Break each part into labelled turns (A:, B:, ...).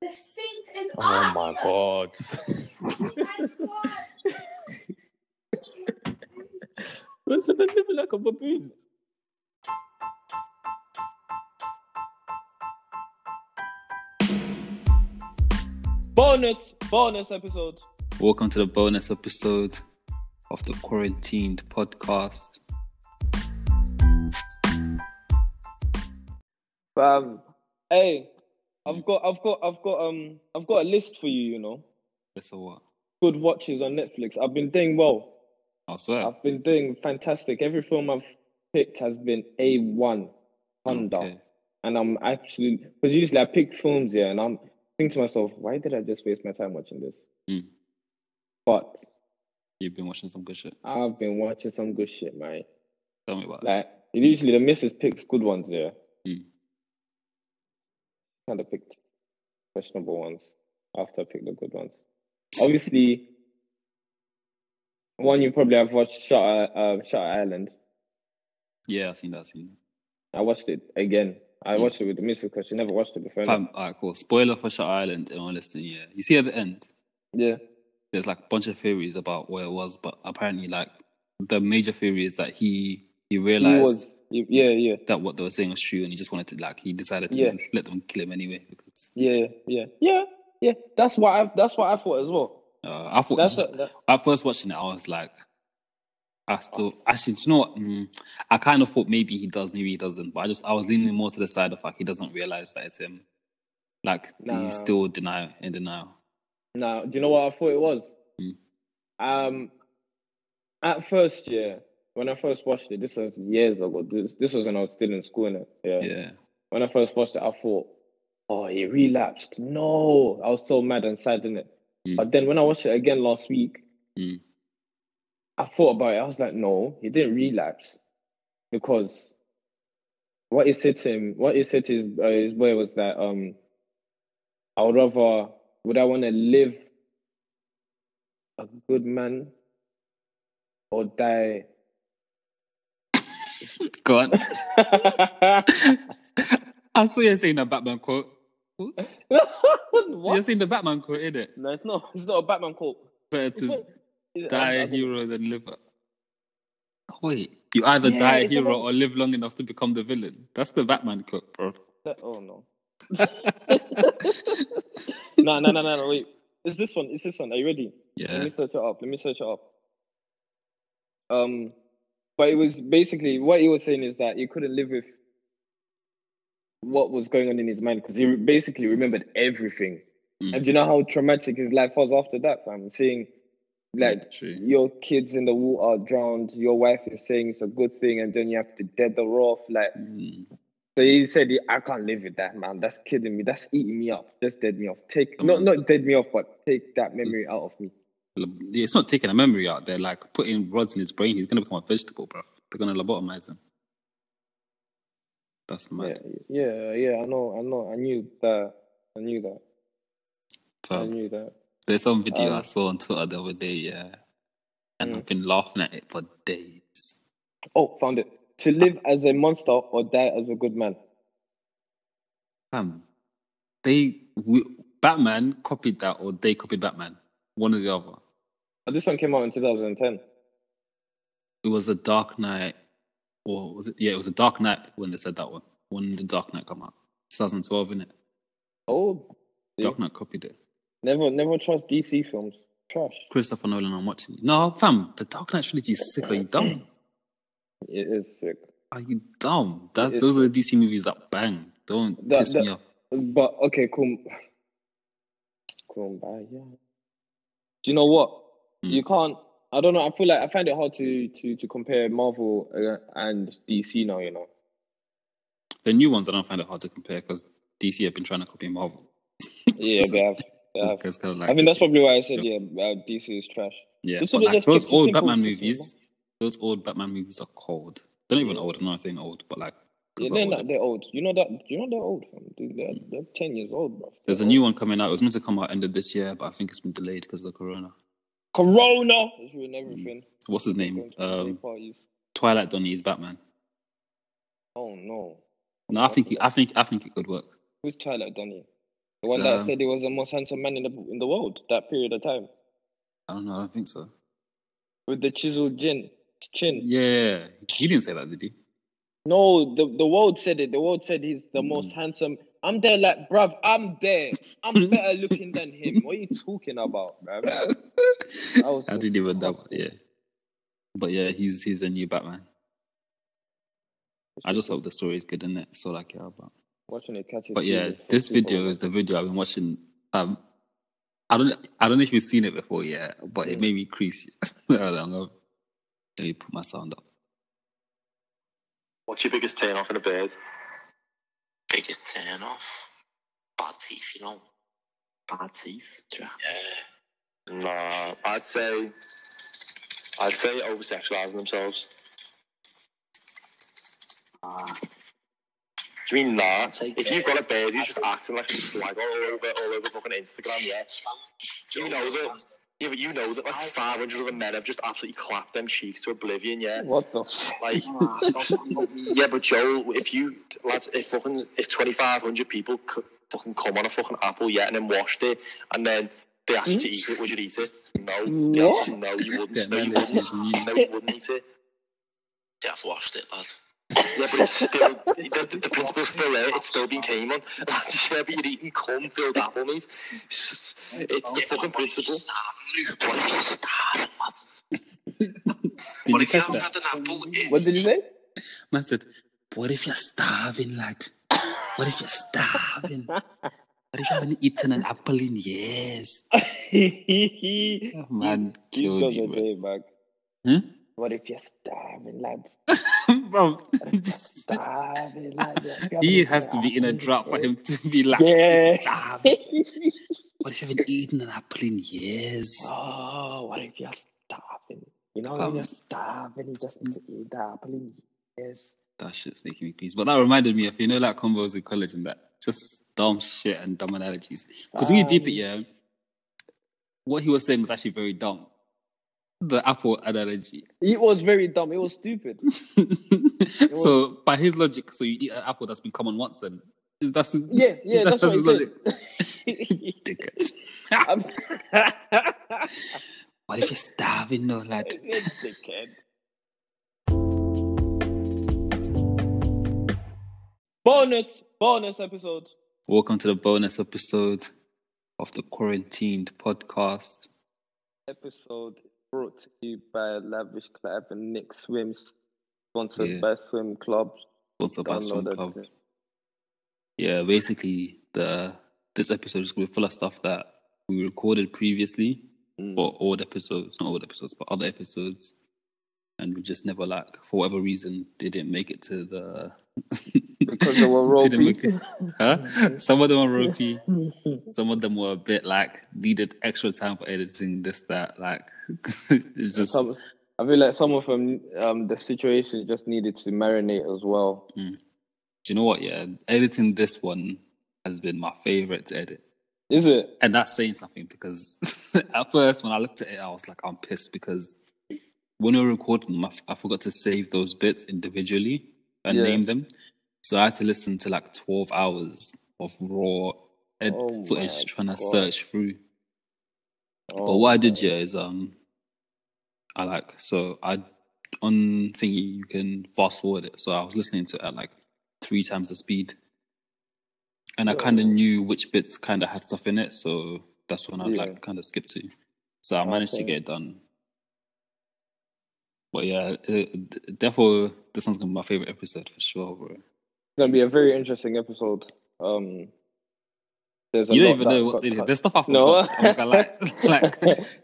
A: The seat is
B: Oh
A: up.
B: my god.
A: That's what.
B: That's living like a baboon. Bonus, bonus episode.
C: Welcome to the bonus episode of the Quarantined podcast.
B: Bam. Hey, I've got, I've got, I've got, um, I've got a list for you. You know,
C: That's a what?
B: good watches on Netflix. I've been doing well.
C: I swear.
B: I've been doing fantastic. Every film I've picked has been a one thunder,
C: Okay.
B: and I'm actually because usually I pick films here, and I'm thinking to myself, why did I just waste my time watching this?
C: Mm.
B: But
C: You've been watching some good shit.
B: I've been watching some good shit, man.
C: Tell me about it.
B: Like usually the missus picks good ones there.
C: Mm.
B: Kind of picked questionable ones after I picked the good ones. Obviously, one you probably have watched, Shutter, uh, Shutter Island.
C: Yeah, I've seen that. I've seen
B: I watched it again. I
C: Mm.
B: watched it with the missus because she never watched it before.
C: that. Fam, alright, cool. Spoiler for Shutter Island, anyone listening, yeah. You see at the end,
B: Yeah.
C: there's like a bunch of theories about what it was, but apparently, like, the major theory is that he he
B: He
C: realized
B: was, he- yeah, yeah,
C: that what they were saying was true and he just wanted to, like, he decided to
B: Yeah.
C: let them kill him anyway. Because
B: yeah, yeah, yeah, yeah. That's what I. That's what I thought as well.
C: uh, I thought
B: That's what, that,
C: at first watching it, I was like, I still actually, do you know what? Mm, I kind of thought maybe he does, maybe he doesn't, but I just I was leaning more to the side of like he doesn't realize that it's him. Like
B: Nah.
C: he's still denial in denial.
B: Now, do you know what I thought it was?
C: Hmm.
B: Um, at first, yeah, when I first watched it, this was years ago. This this was when I was still in school, innit? Yeah.
C: Yeah,
B: When I first watched it, I thought, oh, he relapsed. No, I was so mad and sad, innit?
C: Hmm.
B: But then when I watched it again last week,
C: Hmm.
B: I thought about it. I was like, no, he didn't relapse because what he said to him, what he said to his, uh, his boy was that, um, I would rather, would I want to live a good man or die?
C: go on. I saw you saying the Batman quote. You're
B: what?
C: saying the Batman quote, is it?
B: No, it's not. It's not a Batman quote.
C: Better to
B: It's-
C: die
B: I-
C: a
B: I-
C: hero than live. A... Wait, you either
B: Yeah,
C: die a
B: it's
C: hero
B: about-
C: or live long enough to become the villain. That's the Batman quote, bro.
B: That- oh no. no, no, no, no, no. Wait. It's this one. It's this one. Are you ready? Let
C: Yeah,
B: me search it up. Let me search it up. Um, but it was basically what he was saying is that he couldn't live with what was going on in his mind because he basically remembered everything.
C: Mm.
B: And do you know how traumatic his life was after that? I'm seeing like
C: Yeah, true.
B: your kids in the water drowned, your wife is saying it's a good thing, and then you have to dead her off. Like,
C: Mm.
B: so he said, I can't live with that, man. That's killing me. That's eating me up. Just dead me off. Take,
C: Come
B: not,
C: on.
B: not dead me off, but take that memory out of me.
C: It's not taking a memory out. They're like putting rods in his brain. He's gonna become a vegetable, bro. They're gonna lobotomize him. That's
B: Yeah,
C: mad.
B: yeah, yeah. I know, I know. I knew that. I knew that. I
C: Fam.
B: knew that.
C: There's some video
B: Um,
C: I saw on Twitter the other day, yeah, and
B: Mm.
C: I've been laughing at it for days.
B: Oh, found it. To live as a monster or die as a good man.
C: Fam, they we, Batman copied that, or they copied Batman. One or the other.
B: Oh, this one came out in 2010.
C: It was the Dark Knight, or was it? Yeah, it was the Dark Knight when they said that one. When did the Dark Knight come out? 2012, innit?
B: Oh, Yeah.
C: Dark Knight copied it.
B: never, never trust DC films. Trash.
C: Christopher Nolan, I'm watching you. No, fam, the Dark Knight trilogy is sick. Are you dumb?
B: It is sick.
C: Are you dumb? That's,
B: It's-
C: those are the DC movies that bang. Don't
B: That-
C: piss me
B: that-
C: off.
B: But okay, cool. Cool, bye, yeah. Do you know what?
C: Mm.
B: You can't. I don't know. I feel like I find it hard to to to compare Marvel uh, and DC now. You know.
C: The new ones, I don't find it hard to compare because DC have been trying to copy Marvel.
B: Yeah, they have. They
C: It's,
B: have.
C: it's kind of like,
B: I think that's probably why I said yeah, uh, DC is trash.
C: yeah.
B: this
C: But
B: one
C: like,
B: just keeps
C: those
B: it
C: old
B: simple,
C: Batman
B: just-
C: movies, those old Batman movies are cold. They're not even old. I'm not saying old, but like, 'cause
B: Yeah,
C: they're
B: they're
C: older.
B: not. They're old. You know that. You know they're old. Fam. Dude, they're, they're ten years old, bro.
C: there's a new one coming out. It was meant to come out end of this year, but I think it's been delayed because of Corona.
B: Corona. It's ruined everything.
C: What's his
B: Going
C: name?
B: to birthday
C: Um,
B: parties.
C: Twilight Donnie is Batman.
B: Oh no.
C: No, I think he, I think I think it could work.
B: Who's Twilight Donnie? The one
C: Uh,
B: that said he was the most handsome man in the in the world that period of time
C: I don't know. I don't think so.
B: with the chiseled chin. Chin.
C: Yeah, he didn't say that, did he?
B: No, the the world said it. The world said he's the
C: Mm.
B: most handsome. I'm there, like, bruv, I'm there. I'm better looking than him. What are you talking about, bruv? That was
C: I didn't even doubt.
B: disgusting.
C: Yeah, but yeah, he's he's the new Batman. I just hope the story is good in it. So like, yeah, but
B: Watching it catches.
C: but yeah,
B: feelings for
C: this
B: people.
C: video is the video I've been watching. Um, I don't I don't know if you've seen it before, yeah, but it made me crease. Hold on, I'm gonna- Let me put my sound up.
D: What's your biggest turn off in a bird?
E: biggest turn off. Bad teeth, you know. Bad teeth. Yeah.
D: Nah, I'd say, I'd say over sexualizing themselves.
E: Ah,
D: Do you mean nah?
E: I'd say
D: If you've got a bird, you're just acting like a slag all over, all over fucking
E: Oh,
D: Instagram. Yeah,
E: yes, man.
D: Do you know that- yeah, but you know that like 500 other men have just absolutely clapped them cheeks to oblivion. Yeah,
B: What the? F-
D: like.
E: Ah, it's not funny.
D: Yeah, but Joel, if you lads, if fucking if twenty five hundred people c- fucking come on a fucking apple, yeah, and then washed it, and then they asked you to eat it, would you eat it? No, They asked you, no, you
C: Yeah,
D: wouldn't. No,
C: man,
D: you
C: this
D: wouldn't.
C: is new.
D: No, you wouldn't eat it.
E: Yeah, I've watched it, lad.
D: Yeah, but it's still the, the, the principle's still there. It's still being came on. Lads, yeah, but you're eating corn filled apple meat. It's, just- it's the
E: Yeah,
D: fucking
E: what if you're
D: principle.
E: starving, Luke? What if you're starving, lad?
C: Did
E: What
C: you
E: if you
C: catch
E: haven't
C: that?
E: had an apple? in-
B: what did you say?
C: Man said, "What if you're starving, lad? What if you're starving? what if you haven't eaten an apple in years?" Man,
B: These
C: killed
B: guys
C: you,
B: are
C: bro.
B: doing back.
C: Hmm?
B: What if you're starving, lads?
C: Bro,
B: Starving, lads.
C: he has to be in a drought for him to be like,
B: Yeah.
C: starving. What if you haven't eaten an apple in years?
B: Oh, what if you're starving? You know,
C: Um,
B: when you're starving, you just need to eat the apple. and Yes.
C: That shit's making me crazy. But that reminded me of, you know, like combos in college and that. Just dumb shit and dumb analogies. Because when you deep it,
B: Um,
C: yeah, what he was saying was actually very dumb. The apple analogy.
B: It was very dumb. It was stupid.
C: so, by his logic, so you eat an apple that's been common once then. Is that's
B: Yeah, yeah, that's, what he
C: his
B: said.
C: logic. Dickhead.
B: I'm-
C: What if you're starving, though, lad?
B: Dickhead. Bonus, bonus episode.
C: Welcome to the bonus episode of the Quarantined podcast.
B: Episode brought to you by Lavish Club and Nick Swims, sponsored
C: Yeah.
B: by Swim Club.
C: Sponsored by Swim
B: Downloaded.
C: Club. Yeah, basically, the this episode is going to be full of stuff that we recorded previously
B: Mm.
C: for old episodes, not old episodes, but other episodes. And we just never, like, for whatever reason, they didn't make it to the.
B: Because they were
C: Didn't
B: ropey.
C: make it. Huh? Some of them were ropey.
B: Mm-hmm.
C: Some of them were a bit like needed extra time for editing this that like it's just
B: Some, I feel like some of them, um, the situation just needed to marinate as well.
C: do you know what? Yeah, editing this one has been my favorite to edit,
B: Is it?
C: and that's saying something because at first when I looked at it, I was like, I'm pissed because when we were recording, them, I, f- I forgot to save those bits individually and
B: Yeah.
C: name them, so I had to listen to like 12 hours of raw ed-
B: Oh my
C: footage trying to
B: God.
C: search through. But
B: Oh,
C: what I did yeah is um, I like so I on thingy you can fast forward it. So I was listening to it at like three times the speed, and I kind of knew which bits kind of had stuff in it. So that's when I would
B: Yeah.
C: like kind of skip to. So I managed to
B: Okay.
C: get it done. But yeah, it, therefore this one's gonna be my favorite episode for sure, bro.
B: It's gonna be a very interesting episode. Um, there's a
C: You
B: lot
C: don't even
B: that
C: know what's
B: got
C: in here.
B: cut.
C: There's stuff I
B: No.
C: forgot. I'm not gonna lie. like,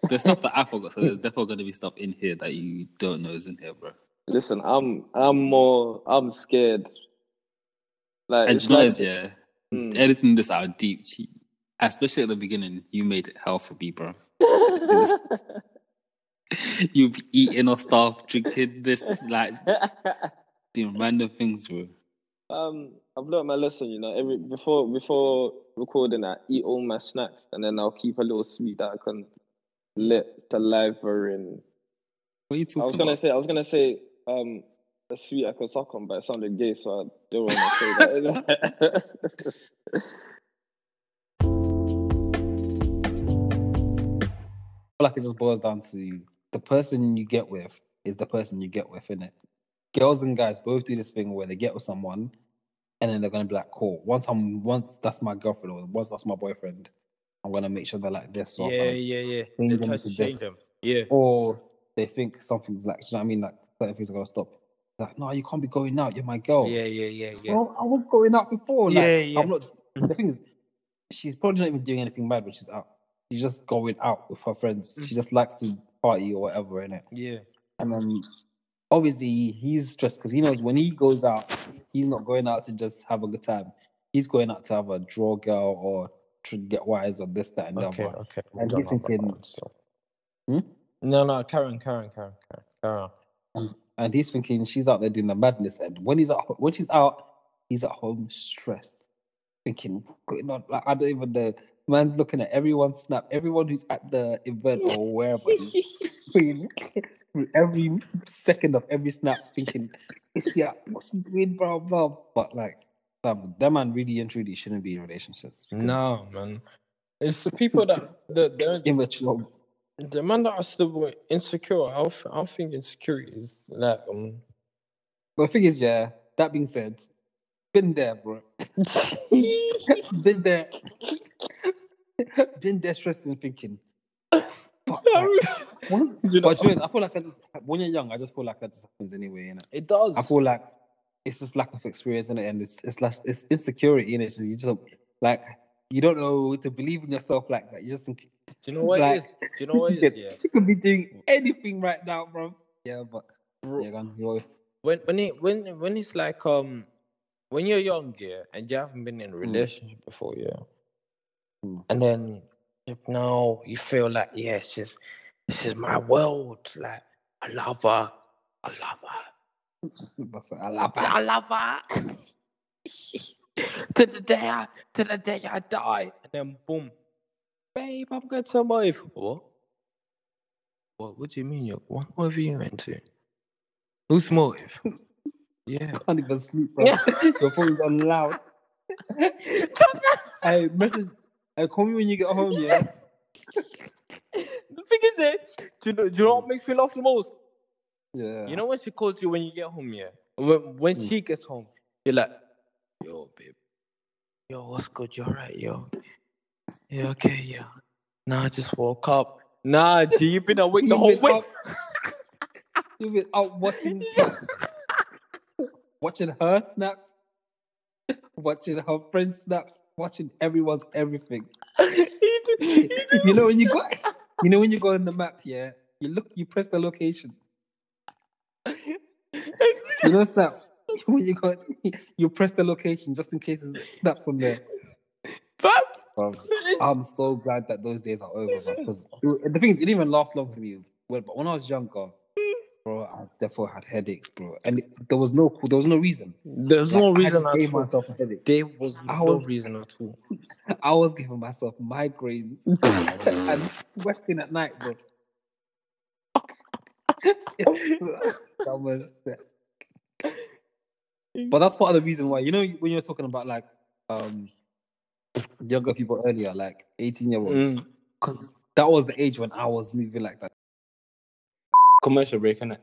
C: there's stuff that I forgot. So there's definitely going to be stuff in here that you don't know is in here, bro.
B: Listen, I'm I'm more I'm scared. Like
C: And
B: it's
C: you know,
B: like-
C: as yeah,
B: Mm.
C: editing this out deep, gee, especially at the beginning, you made it hell for me, bro. you be eating or stuff, drinking this, like doing random things, bro.
B: um, I've learned my lesson. You know, every before before recording, I eat all my snacks, and then I'll keep a little sweet that I can let to liver in.
C: What are
B: I
C: you
B: was
C: talking
B: gonna
C: about?
B: say I was gonna say um a sweet I could suck on, but it sounded gay, so I don't want to say that.
F: feel like it just boils down to the person you get with is the person you get with, innit? Girls and guys both do this thing where they get with someone and then they're gonna be like, cool, once I'm once that's my girlfriend or once that's my boyfriend, I'm gonna make sure they're like this or
G: yeah,
F: I'm-
G: yeah, yeah.
F: change
G: They
F: them
G: try
F: to
G: to change
F: this.
G: them. Yeah.
F: or they think something's like, do you know what I mean? Like certain things are gonna stop. It's like, no, you can't be going out, you're my girl.
G: Yeah, yeah, yeah,
F: So
G: yeah.
F: I was going out before. Like,
G: Yeah, yeah.
F: I'm not. The thing is, she's probably not even doing anything bad when she's out. She's just going out with her friends.
G: Mm.
F: She just likes to party or whatever, innit?
G: Yeah.
F: And then obviously he's stressed because he knows when he goes out, he's not going out to just have a good time. He's going out to have a draw girl or to get wise or this, that, and the
G: Okay,
F: other.
G: okay.
F: And he's thinking,
G: No, no, Karen, Karen, Karen, Karen, Karen.
F: and he's thinking she's out there doing the madness. And when he's at, ho- when she's out, he's at home stressed, thinking, "What's going on? Like, I don't even know. Man's looking at everyone snap, everyone who's at the event or wherever. he's been. Through every second of every snap, thinking, is she out? What's she doing? Blah blah. But like, um, that man really and truly shouldn't be in relationships. because
G: No, man. It's the people that the the,
F: immature.
G: the man that are still insecure. I don't, I don't think insecurity is like um.
F: But the thing is, yeah. That being said, been there, bro. been there. been there, stressed and thinking. Fuck, like, what-
G: You know-
F: but you know, I feel like I just when you're young, I just feel like that just happens anyway. You know,
G: it does.
F: I feel like it's just lack of experience in it, and it's it's like it's insecurity in it. So you just like you don't know to believe in yourself like that. You just think
G: Do you know what
F: like-
G: it is? Do you know what it is? Yeah.
F: she could be doing anything right now, bro. Yeah, but
G: Bro,
F: yeah, go on, you're-
G: when when it when when it's like um when you're young yeah and you haven't been in a relationship before yeah
F: Mm.
G: and then now you feel like yeah she's this is my world like I love her I love her
F: that's what I love.
G: I love her to the day I to the day I die and then boom babe I'm gonna tell my wife what what what do you mean you what what are you into who's motive yeah
F: can't even sleep, bro. Your phone's on loud. I message. I call me when you get home. Yeah.
G: The thing is, eh, do you, know, do you know what makes me laugh the most?
F: Yeah.
G: You know when she calls you when you get home, yeah? When, when
F: Mm.
G: she gets home, you're like, yo, babe. Yo, what's good? You alright, yo? Yeah, okay, yeah. Nah, I just woke up. Nah, G, you've been awake the
F: You've
G: whole
F: been
G: way.
F: out- You've been out watching, watching her snaps, watching her friends snaps, watching everyone's everything. You know when you go, you know when you go on the map, yeah. You look, you press the location. You know snap. When you go, you press the location just in case it snaps on there.
G: Fam,
F: Bro, I'm so glad that those days are over because the thing is, it didn't even last long for me. When- But when I was younger, bro, I therefore had headaches, bro, and it- there was no there was no reason.
G: There's no
F: Like, I
G: reason
F: just gave
G: at all.
F: myself a headache.
G: There was
F: I
G: no
F: was-
G: reason at all.
F: I was giving myself migraines and sweating at night, bro. that was but that's part of the reason why you know when you're talking about like um younger people earlier, like 18 year olds,
G: Mm.
F: because that was the age when I was moving like that.
G: Commercial break, innit?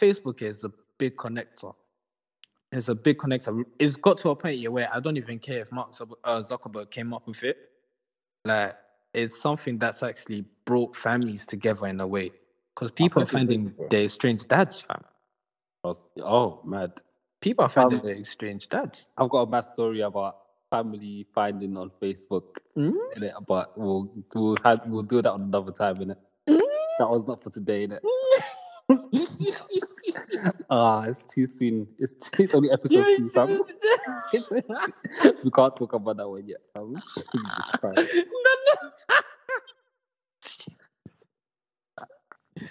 G: Facebook is a big connector. It's a big connector. It's got to a point here where I don't even care if Mark Zuck- uh, Zuckerberg came up with it. Like, it's something that's actually brought families together in a way. Because people are
F: completely
G: finding their strange dads, fam.
H: Oh, mad.
G: People are finding
H: Um,
G: their strange dads.
H: I've got a bad story about family finding on Facebook,
G: Mm.
H: innit? but we'll we'll, have, we'll do that on another time, innit?
G: Mm.
H: That was not for today, innit? Ah, it's too soon. It's, it's only episode two, fam. It's- we can't talk about that one yet, fam. Jesus Christ.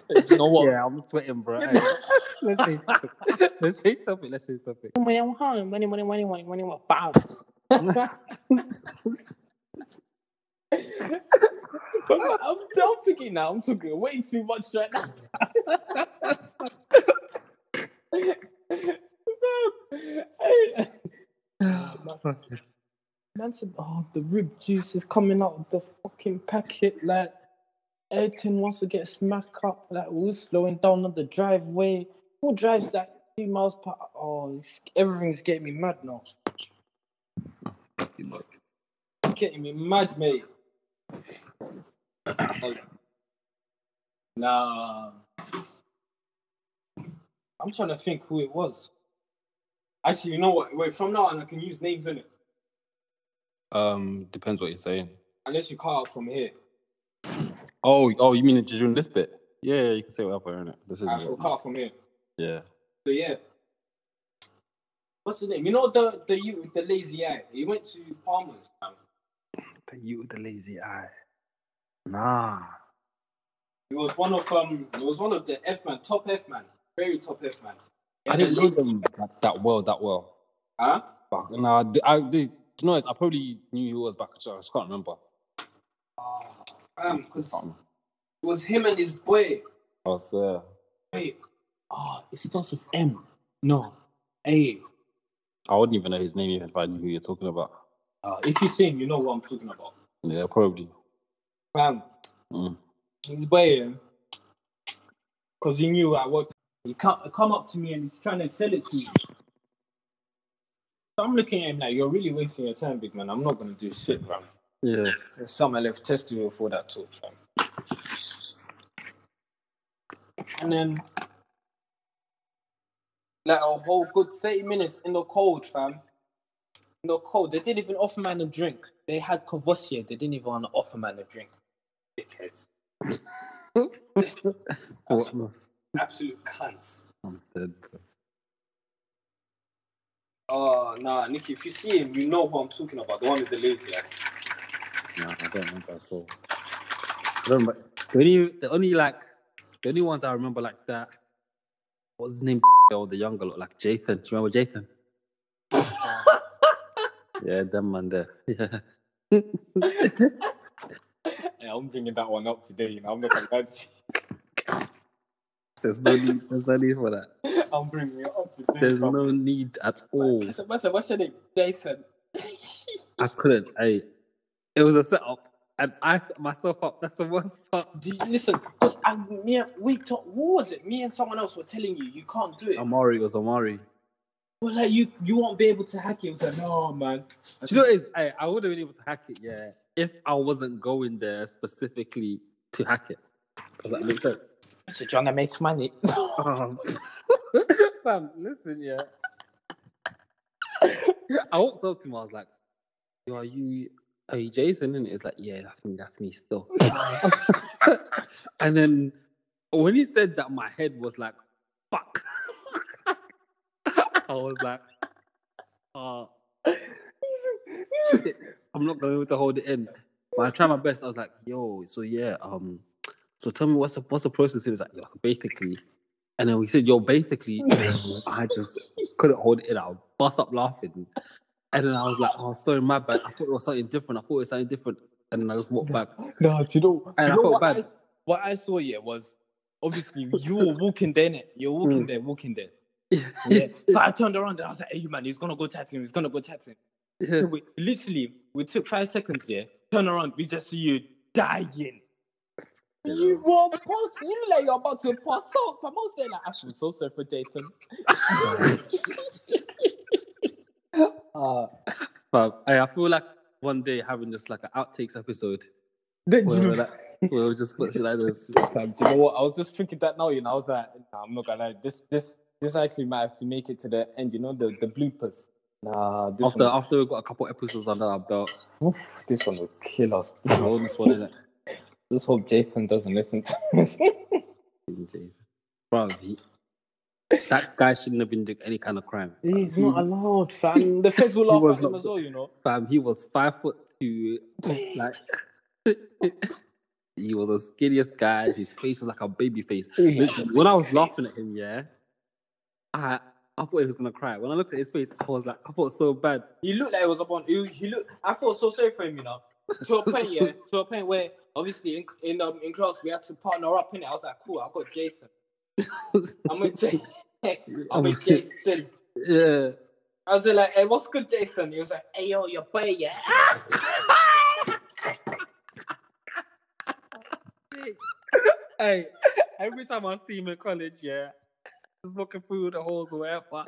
G: Do you know what?
H: Yeah, I'm sweating, bro. Hey, let's change topic. Let's change topic. Let's change topic.
G: I'm, I'm, I'm thinking now. I'm talking way too much right now.
I: Man said, oh, the rib juice is coming out of the fucking packet. Like, Ayrton wants to get smacked up. Like, we're slowing down on the driveway. Who drives that two miles per hour? Oh, it's, everything's getting me mad now. Getting me mad, mate. nah. I'm trying to think who it was. Actually, you know what? Wait, from now on, I can use names in it.
C: Um, depends what you're saying.
I: Unless you cut out from here.
C: Oh, oh, you mean during this bit? Yeah, yeah, you can say whatever in it. This is
I: I shall cut out from here.
C: yeah.
I: So yeah. What's his name? You know the the you with the lazy eye. He went to Palmer's. fam.
C: The you with the lazy eye. Nah.
I: It was one of um. It was one of the F man, top F man, very top F man.
C: I didn't know them that, that well, that well.
I: Huh?
C: Fuck, nah, th- I, they, do you know, it's- I probably knew who it was back. I just can't remember.
I: Um, because
C: Can't remember.
I: it was him and his boy.
C: Oh, so,
I: Wait. Oh, it starts with M. No. A.
C: I wouldn't even know his name even if I knew who you're talking about.
I: Uh, if you see him, you know what I'm talking about.
C: Yeah, probably.
I: Fam.
C: Mm.
I: His boy. Because he knew I worked. He come, come up to me and he's trying to sell it to me. So I'm looking at him like, you're really wasting your time, big man. I'm not going to do shit, fam.
C: Yeah.
I: There's some I left testicle for that talk, fam. And then, like a whole good 30 minutes in the cold, fam. In the cold. They didn't even offer man a drink. They had Kavosia. They didn't even want to offer man a drink. Dickheads.
C: What?
I: Absolute cunts.
C: I'm dead.
I: Oh, nah, Nikki, if you see him, you know who I'm talking about. The one with the lazy eye.
C: Nah, I don't remember at all. I don't remember. The only, the only like, the only ones I remember like that. What's his name? Or the younger look like Jathan. Do you remember Jathan? yeah, that man there. Yeah.
I: Yeah, I'm bringing that one up today, you know. I'm not going to
C: There's no need. There's no need for that.
I: I'm bringing it up today.
C: There's
I: fam.
C: no need at all.
I: What's, what's, what's your name? Nathan.
C: I couldn't. I. It was a setup, and I set myself up. That's the worst part.
I: Do you- Listen, because I me and, we talk, what was it? Me and someone else were telling you you can't do it.
C: Amari was Amari.
I: well, like you you won't be able to hack it. It was like, no man.
C: Do you know what it is? I, I would have been able to hack it, yeah, if I wasn't going there specifically to hack it. Does that make sense?
I: I said, trying to make money.
C: Um, fam, listen, yeah. I walked up to him. I was like, "Yo, are you are you Jason?" And it's like, "Yeah, I think that's me still." and then when he said that, my head was like, "Fuck!" I was like, "Uh, shit, I'm not going to be able to hold it in." But I tried my best. I was like, "Yo, so yeah, um, so tell me what's the what's the process?" He was like, "Yo, basically." And then we said, "Yo, basically," I just couldn't hold it in. I would bust up laughing, and then I was like, "Oh, sorry, my bad. I thought it was something different. I thought it was something different." And then I just walked back.
I: no, do you know,
C: And I
I: do you know
C: felt
I: what,
C: bad.
I: I, s- what I saw yeah was obviously you were walking there, innit? You're walking
C: Mm.
I: there, walking there. Yeah. so I turned around and I was like, hey man, he's gonna go chat to him, he's gonna go chat to him. So we literally we took five seconds here, turn around, we just see you dying. You were pass, you look like you're about to pass out. I'm almost there like I feel so sorry for Dayton.
C: Uh, but I, I feel like one day having just like an outtakes episode
I: Then
C: where
I: you
C: we're like, where we just put shit like this.
I: Fam, do you know what? I was just thinking that now, you know. I was like, nah, I'm not gonna lie. This, this, this actually might have to make it to the end. You know, the the bloopers. Nah, this
C: After
I: one,
C: after we got a couple episodes under our belt,
I: oof, this one will kill us.
C: the bonus one in it.
I: Let's hope Jason doesn't listen to us.
C: Bro, he- that guy shouldn't have been doing any kind of crime.
I: He's
C: He-
I: not allowed, Oh, fam. The feds will
C: He
I: laugh
C: was
I: at him
C: not-
I: as well, you know.
C: Fam, he was five foot two. Like he was the skinniest guy. His face was like a baby face. Literally, when I was laughing at him, yeah, I I thought he was gonna cry. When I looked at his face, I was like, I felt so bad.
I: He looked like he was upon. He, he looked. I felt so sorry for him, you know. To a point, yeah. To a point where obviously in in um, in class we had to partner up in it. I was like, cool. I got Jason. I'm with Jason. I'm with Jason.
C: yeah,
J: I was like, hey, what's good, Jason? He was like, hey, yo, your boy, yeah.
C: Hey, every time I see him in college, yeah, just walking through the halls or whatever,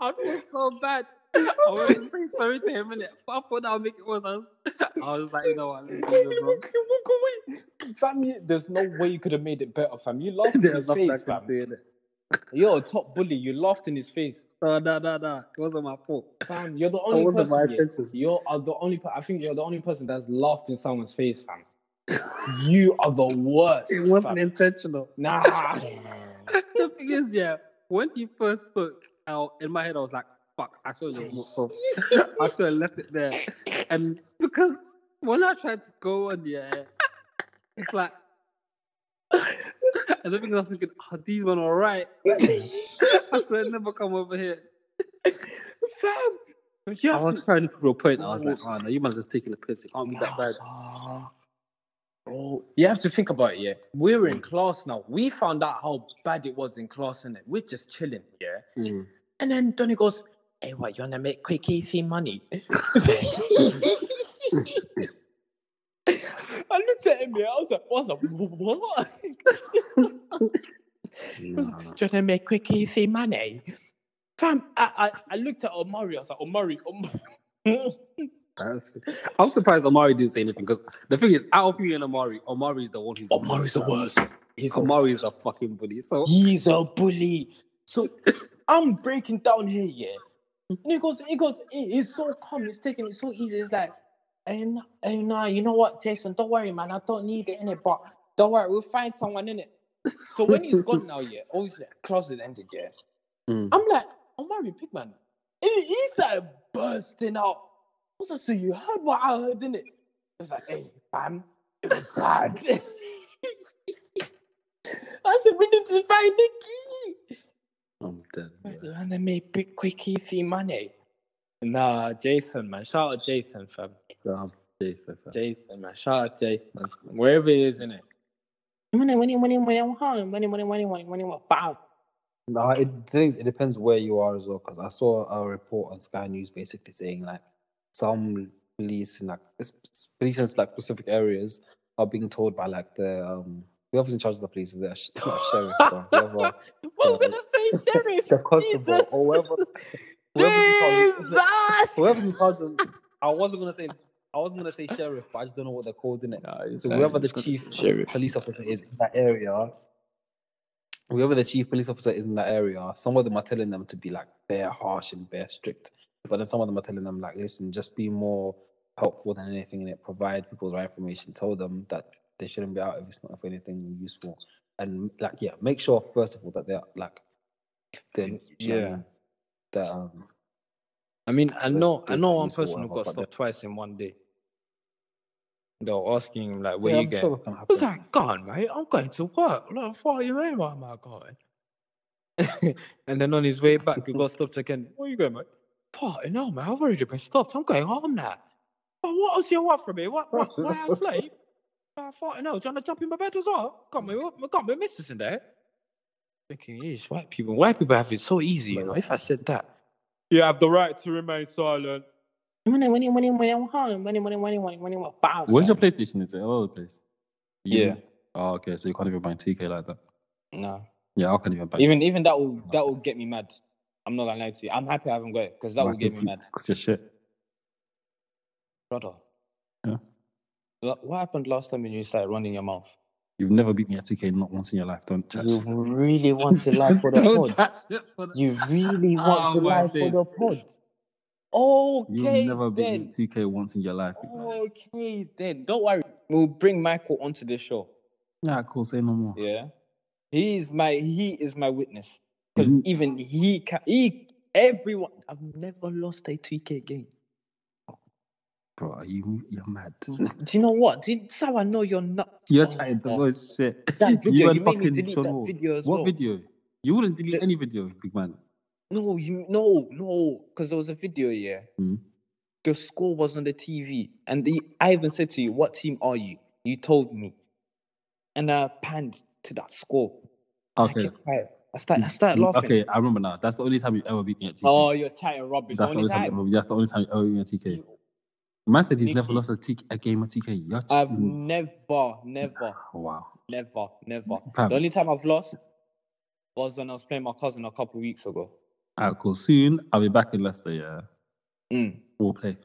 C: I feel so bad. I was to say sorry to him, innit? But I thought I'll make it worse. I was, I was like, you know what, let's leave it, bro.
G: Fam, you- there's no way you could have made it better, fam. You laughed in his
C: There's nothing I
G: face,
C: can
G: fam.
C: do, innit?
G: You're a top bully. You laughed in his face.
C: No, no, no, no. It wasn't my fault.
G: Fam, you're the
C: It
G: only
C: wasn't my
G: person. here.
C: intention.
G: You are the only. Per- I think you're the only person that's laughed in someone's face, fam. you are the worst.
C: It wasn't
G: fam.
C: intentional.
G: Nah.
C: the thing is, yeah, when you first spoke, I, in my head, I was like, fuck, I should have walked off. I should have left it there. And because when I tried to go on, yeah, it's like, and the thing is, I was thinking, oh, these one all right. I should have never come over here.
G: you
C: I
G: have
C: was
G: to.
C: trying to prove a point. I was like, oh, no, you might have just taken a piss. It can't be that bad.
G: Nah. Bro, you have to think about it, yeah. We're in class now. We found out how bad it was in class, and we're just chilling, yeah.
C: Mm.
G: And then Donny goes, Hey, what, you wanna make quick, easy money? I looked at him, yeah. I was like, What's up? What? He was like, Do you wanna make quick, easy money? Fam, I, I, I looked at Omari, I was like, Omari, Omari.
C: I'm surprised Omari didn't say anything because the thing is, out of me and Omari, Omari's the one who's
G: Omari's the worst. He's the
C: Omari is a fucking bully. So
G: He's a bully. So I'm breaking down here, yeah. He goes, he goes, he- he's so calm, he's taking it so easy. It's like, and hey, nah, you know what, Jason, don't worry, man. I don't need it in it, but don't worry, we'll find someone in it. So when he's gone now, yeah, always like closet ended, yeah.
C: Mm.
G: I'm like, I'm married, big man. He, he's like bursting out. I was like, so you heard what I heard, didn't it? It was like, hey, fam, it was bad. I said, we need to find the key.
C: I'm dead.
G: You wanna make big, quick, easy money? Nah, Jason, man. Shout out Jason, fam.
C: Um, Jesus, man.
G: Jason, man. Shout out Jason. Wherever it is, innit? Money, money, money, money, money, money, money, money, money, money, wow.
F: Nah, it the thing is, it depends where you are as well. Because I saw a report on Sky News basically saying like some police in like s- s- police in like specific areas are being told by like the um whoever's in charge of the police is the sh- it's not sheriff or whoever
J: We're gonna say sheriff.
F: the constable
J: Jesus.
F: or whoever whoever's in charge.
J: Jesus.
F: Whoever's in charge of I wasn't gonna say I wasn't gonna say sheriff, but I just don't know what they're called in it. So whoever the chief
K: Sheriff.
F: police officer is in that area, whoever the chief police officer is in that area, some of them are telling them to be like bare harsh and bare strict. But then some of them are telling them like, listen, just be more helpful than anything in it. Provide people the right information. Tell them that they shouldn't be out if it's not for anything useful. And like, yeah, make sure first of all that they're like, they're do you know what I
G: Yeah.
F: mean? that um,
G: I mean, I
F: But
G: know, I
F: it's
G: know
F: like
G: one
F: useful,
G: person who
F: whatever,
G: got
F: but
G: stopped twice in one day. They were asking him like, "Where
F: yeah,
G: you
F: I'm
G: going?"
F: sure that can
G: I was
F: happen.
G: like, "God, mate, I'm going to work. Like, what do you mean? Why am I going?" and then on his way back, he got stopped again. Where you going, mate? Fuck, no, man, I've already been stopped. I'm going home now. But what else you want from me? What? What? Why I sleep? I thought, no, trying to jump in my bed as well. Got me, got me, missus in there. Thinking, these white people, white people have it so easy. You know, if I said that, you have the right to remain silent.
K: Where's your PlayStation? Is it another place? You-
G: Yeah.
K: Oh, okay. So you can't even buy 2K like that.
G: No,
K: Yeah, I can't even buy.
G: even even that will that will get me mad. I'm not gonna lie to you. I'm happy I haven't got it because that will get me mad,
K: Because you're shit.
G: brother.
K: Yeah.
G: Lo- What happened last time when you started running your mouth?
K: You've never beat me at 2K, not once in your life. Don't chat.
G: You really want to lie for the
C: Don't
G: pod.
C: touch it for the-
G: You really want
K: Ah,
C: Oh,
G: to
C: my
G: lie for
C: days.
G: the pod.
K: You've
G: Okay,
K: never beat me
G: then. Oh.
K: at 2K once in your life.
G: Okay, then. Don't worry. We'll bring Michael onto the show.
K: Yeah, cool. Say no more.
G: Yeah. He is my he is my witness. Because
K: Mhm.
C: Mm-hmm.
G: even he can he everyone I've never lost a 2K game.
K: Bro, are you, you're mad.
G: Do you know what? Do you, that's how I know you're not
K: You're
G: Oh,
K: chatting the
G: God.
K: most shit.
G: That video,
K: and
G: you made me
K: fucking
G: delete
K: John
G: that
K: Wall.
G: video as
K: What
G: well.
K: video? You wouldn't delete
G: The-
K: any video, big man.
G: No, you no, no, because there was a video, yeah.
K: Hmm.
G: The score was on the TV, and the, I even said to you, "What team are you?" You told me, and I panned to that score. I
K: Okay. Hmm.
G: kept quiet.
C: I
G: started, I started laughing.
C: Okay, I remember now. That's the only time you ever beat me at TK.
F: Oh, you're chatting rubbish.
C: that's the
F: Only
C: only time.
F: time.
C: you ever- that's the only time you ever beat me at TK. Man said he's never lost a, TK, a game at TK. You're
F: I've
C: cheating.
F: never, never,
C: Oh, wow.
F: never, never.
C: Fam.
F: The only time I've lost was when I was playing my cousin a couple weeks ago.
C: Alright, cool. Soon I'll be back in Leicester. Yeah,
F: Mm.
C: we'll play.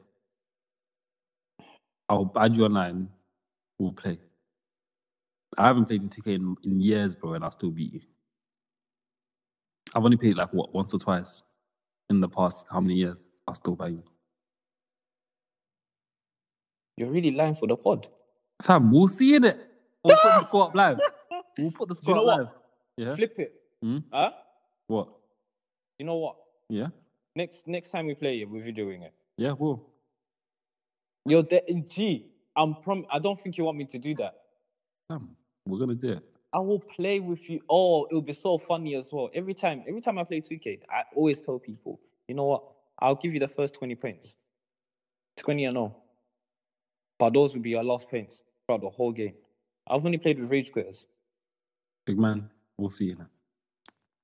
C: I'll add you online. We'll play. I haven't played in 2K in, in years, bro, and I'll still beat you. I've only played like what once or twice in the past how many years? I'll still bang you.
F: You're really lying for the pod.
C: Fam, we'll see in it. We'll put the score up live. We'll put the
F: Do you
C: score
F: know
C: up
F: what?
C: live. Yeah.
F: Flip it.
C: Hmm?
F: Huh?
C: What?
F: You know what?
C: Yeah.
F: Next next time we play it, we're videoing it.
C: Yeah. We'll.
F: You're de- G. I'm prom- I don't think you want me to do that.
C: Fam, um, we're gonna do it.
F: I will play with you. Oh, it'll be so funny as well. Every time, every time I play 2K, I always tell people, you know what? I'll give you the first 20 points. 20 and all. But those will be your last points throughout the whole game. I've only played with Rage Quitters.
C: Big man. We'll see in it.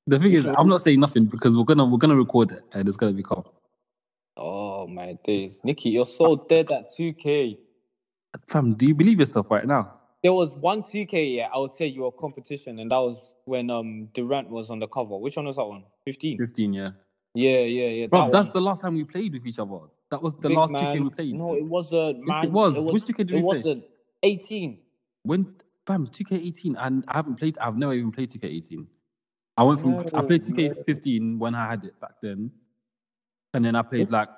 C: The thing is, I'm not saying nothing because we're gonna we're gonna record it and it's gonna be calm.
F: Oh my days. Nikki, you're so dead at 2K.
C: Fam, do you believe yourself right now?
F: There was one 2K year, I would say you were competition, and that was when um Durant was on the cover. Which one was that one? 15?
C: 15, yeah.
F: Yeah, yeah, yeah.
C: Bro,
F: that
C: that's
F: one.
C: the last time we played with each other. That was the
F: Big
C: last
F: man.
C: 2K we played.
F: No, it wasn't,
C: Yes,
F: man.
C: it was. Which 2K did
F: it
C: we play?
F: wasn't. 18.
C: When fam 2K18 and I haven't played I've never even played 2K18. I went from I
F: Oh,
C: played 2K15 when I had it back then. And then I played like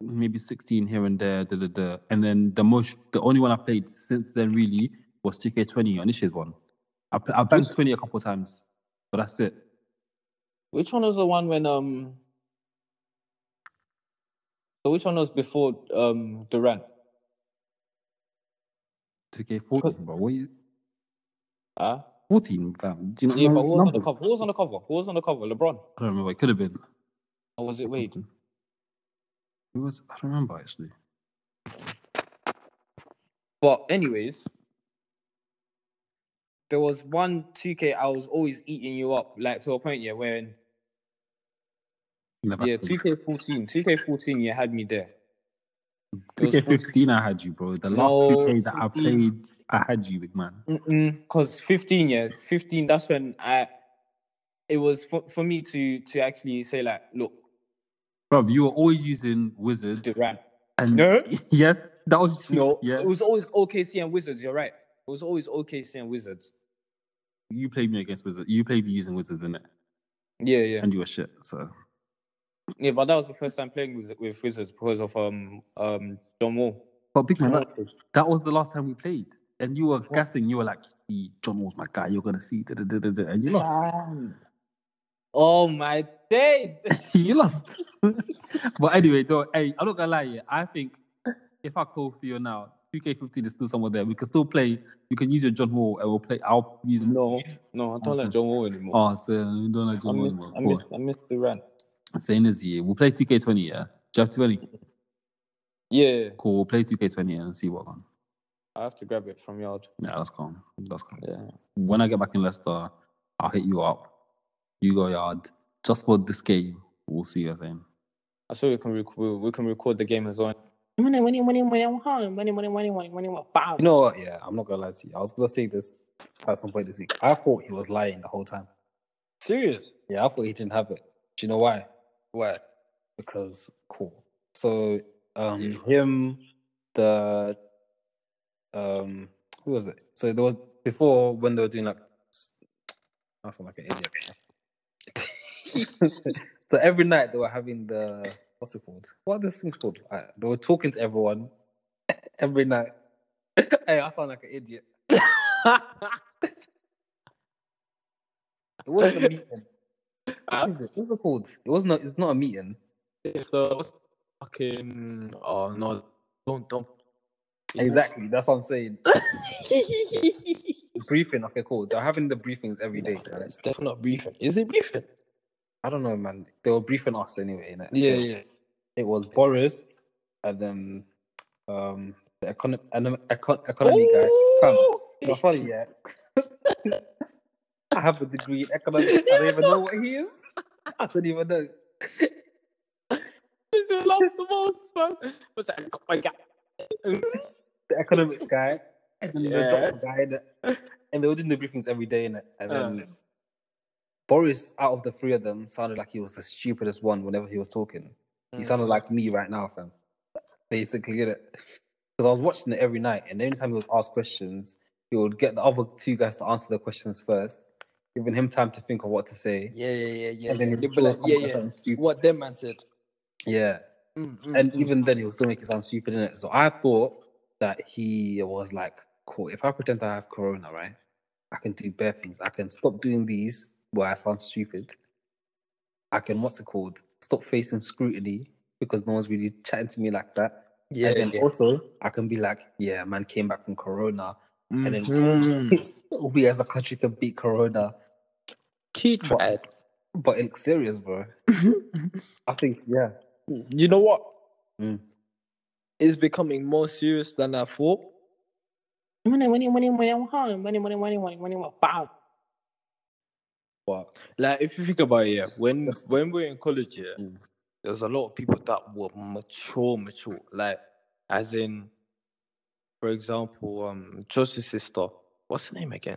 C: maybe 16 here and there, da, da, da. and then the most the only one I played since then really was 2K20 on this year's one. I pl- I banked 20 a couple times, but that's it.
F: Which one was the one when um? So which one was before um Durant?
C: 2K14, bro. What you,
F: Huh?
C: 14, fam. Do you not
F: Yeah,
C: know
F: but who was on the
C: numbers?
F: cover? Who was on the cover? Who was on the cover? LeBron
C: I don't remember. It could have been.
F: or was it Wade?
C: It was. I don't remember actually.
F: But anyways, there was one 2K I was always eating you up, like to a point yeah when
C: Never.
F: yeah 2K14, 2K14 you had me there. It was
C: 2K15, I had you, bro. The last
F: No,
C: 2K that I
F: 15.
C: played, I had you, big man.
F: Because 15 yeah, 15 that's when I it was for, for me to to actually say like look
C: Bro, you were always using Wizards.
F: Durant.
C: And yes, that was you.
F: No,
C: Yeah,
F: it was always OKC and Wizards. You're right. It was always OKC and Wizards.
C: you played me against Wizards. You played me using Wizards, innit?
F: Yeah, yeah,
C: And you were shit. So
F: yeah. But that was the first time playing with, with Wizards because of um um John Wall.
C: But big man,
F: John
C: that, that was the last time we played. And you were guessing, you were like, see, John Wall's my guy, you're gonna see. Da, da, da, da, da. And you lost.
F: Man. Oh my days!
C: you lost. but anyway, though, hey, I'm not gonna lie. Yeah, I think if I call for you now, 2K15 is still somewhere there. We can still play. You can use your John Wall, and we'll play. I'll use.
F: no, no, I don't like John Wall anymore.
C: Oh, so you don't like
F: I
C: John Wall
F: miss,
C: anymore.
F: I
C: Cool.
F: miss, I miss Durant.
C: Saying is, yeah, we'll play 2K20. Yeah, do you have 2K20?
F: Yeah,
C: Cool. We'll play 2K20 and see what one.
F: I have to grab it from Yard.
C: Yeah, that's calm. That's calm.
F: Yeah,
C: When I get back in Leicester, I'll hit you up. You go yard just for this game. We'll see. You're saying.
F: I swear we can rec- we, we can record the game as well.
L: You know what? Yeah, I'm not gonna lie to you. I was gonna say this at some point this week. I thought he was lying the whole time.
F: Serious?
L: Yeah, I thought he didn't have it. Do you know why? Why? Because cool. So um him, the um who was it? So there was before when they were doing like I sound like an idiot. so every night they were having the what's it called? What are those things called? Uh, they were talking to everyone every night. hey, I sound like an idiot. It wasn't a meeting. What is it? What's it called? It wasn't. A, it's not a meeting.
F: If
G: Fucking. Oh no! Don't don't.
L: Exactly. That's what I'm saying. briefing. Okay, cool. They're having the briefings every day. right?
G: It's definitely not briefing. Is it briefing?
L: I don't know, man. They were briefing us anyway. Innit?
G: Yeah,
L: So
G: yeah.
L: It was Boris, and then um the econ- an- econ- economy guy. Come. That's funny, yeah.
C: I have a degree in economics. I don't even know what he is. I don't even know.
G: This is love the most, man. What's that? Oh my God.
C: The economics guy and then
G: Yeah.
C: the doctor guy, innit? and they were doing the briefings every day, innit? and then
G: Uh.
C: Boris, out of the three of them, sounded like he was the stupidest one whenever he was talking.
G: hmm.
C: He sounded like me right now, fam. Basically, it because I was watching it every night, and anytime he would ask questions, he would get the other two guys to answer the questions first, giving him time to think of what to say.
G: Yeah, yeah, yeah, yeah.
C: And then
G: yeah.
C: he
G: They'd be
C: still
G: like,
C: come
G: yeah,
C: up with
G: yeah.
C: something "Oh, stupid.
G: What them man said.
C: Yeah.
G: Mm, mm,
C: And
G: mm.
C: even then, he was still making it sound stupid in it. So I thought that he was like, cool, if I pretend I have corona, right, I can do bare things. I can stop doing these where I sound stupid. I can, what's it called? Stop facing scrutiny because no one's really chatting to me like that.
G: Yeah,
C: and then
G: yeah.
C: also, I can be like, yeah, man came back from corona. And
G: Mhm.
C: then we as a country can beat corona.
G: Key tried.
C: But in serious, bro. I think, yeah.
G: You know what?
C: Mm.
G: It's becoming more serious than I thought.
C: What?
G: Like if you think about it, yeah, when when we're in college, yeah, there's a lot of people that were mature, mature. Like as in, for example, um Josh's sister. What's her name again?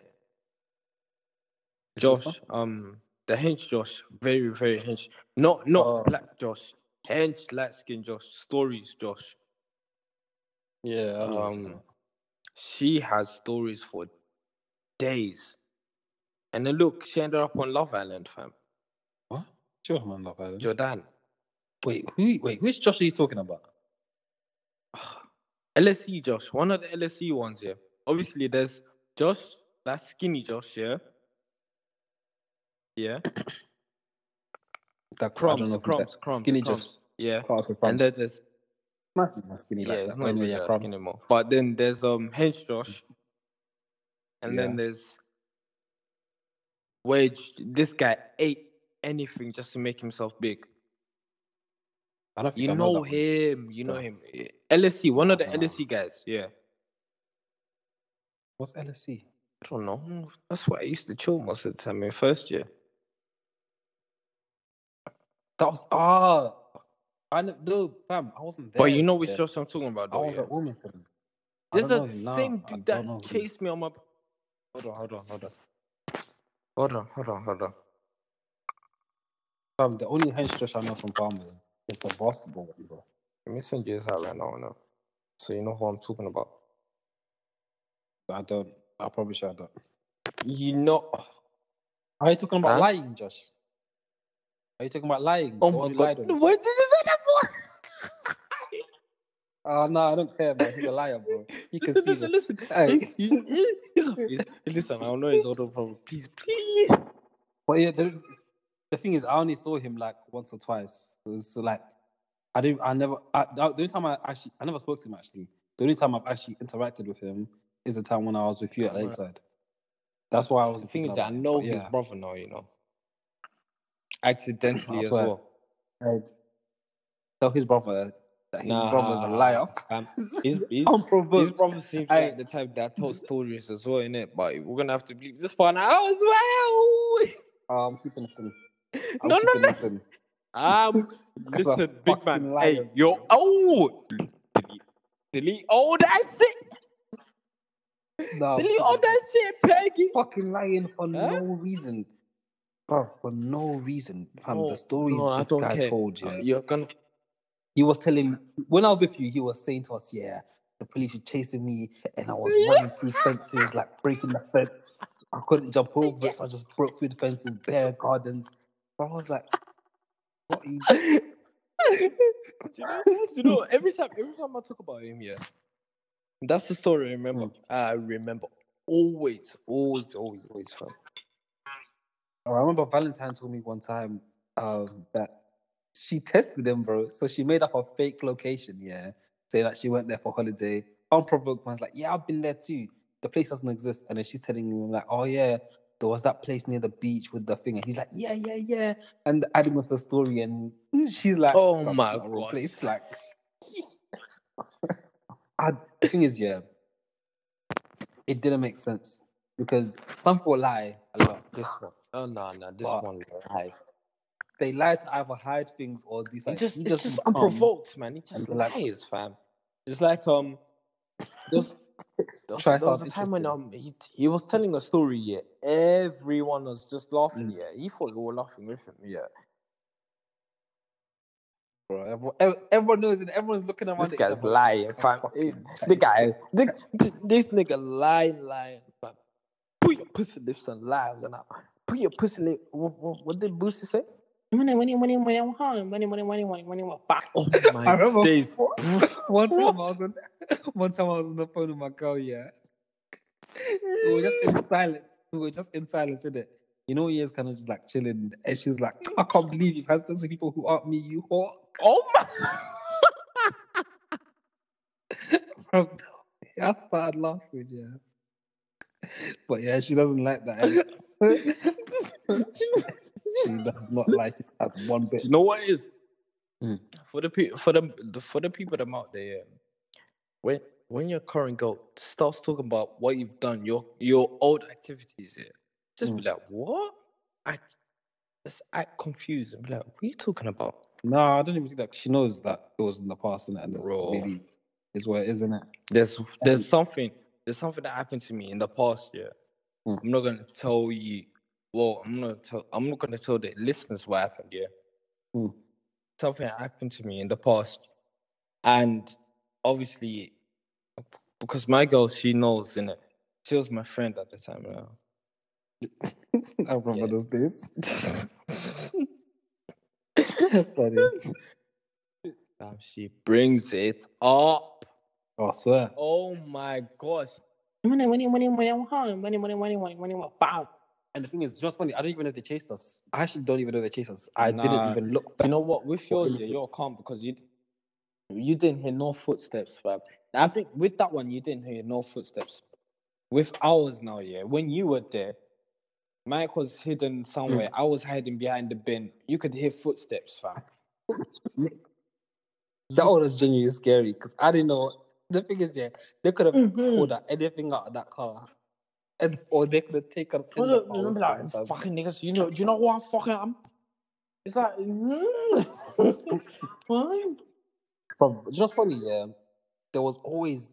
G: Josh. Um the hench Josh. Very, very hench. Not not
C: Oh.
G: black Josh. Hench light skin Josh. Stories Josh.
C: Yeah. I know what you're talking
G: Um she has stories for days. And then look, she ended up on Love Island, fam.
C: What? Josh on Love Island.
G: Jordan.
C: Wait, who? Wait, which Josh are you talking about?
G: LSE Josh, one of the LSE ones, yeah. Obviously, there's Josh, that's skinny Josh, yeah. Yeah.
C: That I don't
G: Crumbs,
C: know who
G: crumbs,
C: that-
G: crumbs.
C: skinny
G: crumbs.
C: Josh.
G: Yeah.
C: Part of
G: And
C: crumbs.
G: then there's
C: Must be skinny
G: yeah,
C: like
G: it's
C: that.
G: not
C: But anyway,
G: really
C: yeah,
G: that skinny
C: crumbs.
G: anymore. But then there's um Hench Josh. And then
C: Yeah.
G: there's Wedge. This guy ate anything just to make himself big.
C: I don't think
G: You
C: I
G: know
C: that one.
G: him. You know
C: Yeah.
G: him. Eh, LSE, one of the
C: Nah.
G: LSE guys. Yeah.
C: What's LSE?
G: I don't know. That's why I used to chill most of the time in first year.
C: That was ah. I know, no, fam, I wasn't there.
G: But you know which
C: then.
G: Josh I'm talking about,
C: I
G: though.
C: was
G: Oh, Yeah.
C: at Wilmington. I
G: There's
C: don't
G: the
C: know him
G: same
C: now. I
G: dude
C: don't
G: that
C: know him.
G: chased me on my. Hold on, hold on, hold on. Hold on, hold on, hold on.
C: Fam, the only hench Josh I know from Palmer is, is the basketball one, bro.
G: Let me send you this out right now, now. So you know who I'm talking about.
C: I don't. I probably should I don't.
G: You know. oh
C: Are you talking about
G: Huh?
C: lying, Josh? Are you talking about lying?
G: Oh
C: The
G: my
C: one who
G: god.
C: lied on you?
G: Why did you say that,
C: Ah, no, I don't care, man. He's a liar, bro. You can
G: boy?
C: see
G: Listen,
C: that.
G: listen,
C: Hey.
G: listen. You- you- you- Listen, I know it's all the problem. Please, please.
C: But yeah, the, the thing is, I only saw him like once or twice. So, so, like, I didn't. I never. I, the only time I actually, I never spoke to him actually. The only time I've actually interacted with him is the time when I was with you at
G: Right.
C: Lakeside. That's why I was
G: The thing
C: thinking
G: is, that I
C: about him.
G: know
C: but
G: his
C: yeah,
G: brother now, you know. Accidentally
C: I
G: as
C: swear.
G: well.
C: Like, tell his brother that his brother's a liar.
G: Nah, fam. His, his, his
C: Unprovoked.
G: brother seems
C: Aye.
G: like the type that tells stories as well, innit? But we're gonna have to bleep this one out as well.
C: Oh, I'm keeping this in. I'm
G: no, no,
C: keeping
G: no.
C: this in.
G: Um,
C: It's 'cause
G: listen,
C: we're
G: big
C: fucking
G: man. Hey,
C: liars,
G: yo,
C: bro.
G: oh, delete, delete all that shit.
C: No, I'm
G: Delete all
C: keeping this
G: that
C: in.
G: Oh, shit, Peggy.
C: fucking lying for
G: Huh?
C: no reason. Bro, for no reason. Fam,
G: No,
C: the stories
G: no, I
C: this
G: don't
C: guy
G: care.
C: told
G: Uh,
C: you.
G: You're gonna.
C: He was telling when I was with you, he was saying to us, Yeah, the police were chasing me and I was running through fences, like breaking the fence. I couldn't jump over it, so I just broke through the fences, bare gardens. Bro, I was like, what are you doing?
G: do, you know, do you know? Every time, every time I talk about him, yeah, that's the story. I remember, I remember always, always, always, always. Fam.
C: Or I remember Valentine told me one time um, that she tested him, bro. So she made up a fake location, yeah, saying that she went there for holiday. Unprovoked man's like, yeah, I've been there too. The place doesn't exist. And then she's telling him, like, oh, yeah, there was that place near the beach with the thing. And he's like, yeah, yeah, yeah. And adding was the story. And she's like,
G: Oh
C: "That's
G: my
C: not a real
G: gosh.
C: place. Like, I, the thing is, yeah, it didn't make sense. because some people lie a lot. This one,
G: Oh no, no, this
C: But-
G: one.
C: lies. They lie to either hide things or these.
G: He
C: Like,
G: just,
C: he
G: it's just
C: come
G: unprovoked, man. He
C: and
G: just
C: be like-
G: lies, fam. It's like um, there was, there was,
C: Try
G: there was a
C: something
G: time when
C: different.
G: um, he, he was telling a story. Yeah, everyone was just laughing. Yeah, he thought we were laughing with him. Yeah,
C: bro. Everyone, ev- everyone knows, and everyone's looking around.
G: this
C: at each
G: guy's
C: other.
G: lying, fam. Eh, The guy, the, th- this nigga lying, lying, fam. Put your pussy lips on lives and I put your pussy lip. What, what, what did Boosie say? Oh
C: I
G: my
C: remember
G: days.
C: one time I was on, one time I was on the phone with my girl. Yeah, we were just in silence. We were just in silence, innit? You know, he is kind of just like chilling, and she's like, "I can't believe you've had sex with people who aren't me, you whore."
G: Oh my.
C: Bro, I started laughing, yeah. But yeah, she doesn't like that. innit? she does not like it at one bit.
G: Do you know what it is?
C: Hmm.
G: For the people, for the the- for the people that I'm out there, yeah, when when your current girl starts talking about what you've done, your your old activities, yeah, just be like, what? I just act confused and be like, what are you talking about,
C: No, I don't even think that she knows that it was in the past, innit? and that's
G: bro?
C: really is what it is, isn't it?
G: There's there's something there's something that happened to me in the past year.
C: Hmm.
G: I'm not gonna tell you. Well, I'm not tell. I'm not gonna tell the listeners what happened. Yeah.
C: Hmm.
G: something that happened to me in the past, and obviously, because my girl, she knows in it. She was my friend at the time. You know?
C: I remember
G: Yeah.
C: those days. Funny.
G: Damn, she brings it up.
C: I swear.
G: Oh my gosh!
C: And the thing is, just funny. I don't even know if they chased us. I actually don't even know they chased us. I
G: Nah.
C: didn't even look.
G: You
C: Back.
G: know what? With yours,
C: What-
G: yeah, you're calm because you you didn't hear no footsteps, fam. I think with that one, you didn't hear no footsteps. With ours now, yeah, when you were there, Mike was hidden somewhere.
I: Mm.
G: I was hiding behind the bin. You could hear footsteps, fam.
C: That
G: Mm-hmm.
C: one was genuinely scary because I didn't know. The thing is, yeah, they could have
G: Mm-hmm.
C: pulled out anything out of that car, and or they could have taken us. in the car with them, fam.
G: fucking niggas, you know, do you know what I fucking am? It's like, "Mm."
C: But it's just funny, yeah. There was always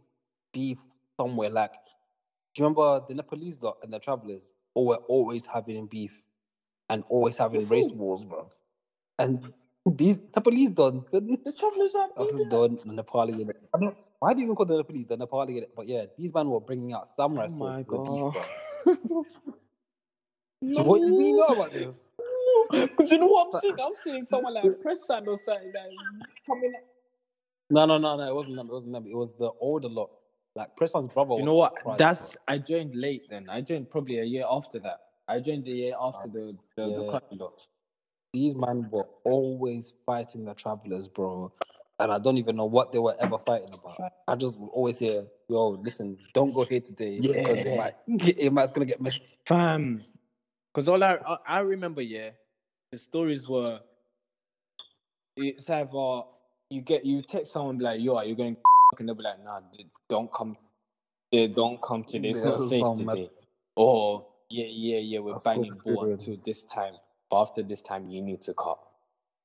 C: beef somewhere. Like, do you remember the Nepalese lot and the travelers? Oh, were always having beef and always having race wars, bro. And these Nepalese dons, the,
G: the trouble is that
C: oh, don, the Nepali. innit? I don't- Why do you even call the Nepalese the Nepali? innit? But yeah, these men were bringing out samurai
G: Oh
C: swords
G: my
C: for the beef, bro.
G: God.
C: What do you know about this?
G: Because you know what I'm seeing? I'm seeing someone like press sand or something like coming.
C: No, no, no, no. It wasn't them. It wasn't them. It was the older lot. Like Preston's brother.
G: You
C: was
G: know what?
C: crying, bro.
G: That's I joined late. Then I joined probably a year after that. I joined the year after the the, the
C: Yeah.
G: country lot.
C: these men were always fighting the travelers, bro. And I don't even know what they were ever fighting about. I just would always hear, yo, listen, don't go here today because it
G: Yeah.
C: might, it might's gonna get messed.
G: Fam. Because all I, I I remember, yeah, the stories were it's either you get you text someone be like, yo, are you going and they'll be like, nah, dude, don't come yeah, don't come today. It's not
C: There's
G: safe
C: some mess-
G: today. Or yeah, yeah, yeah, we're
C: That's
G: banging
C: good
G: ball
C: experience.
G: until this time. But after this time you need to cut.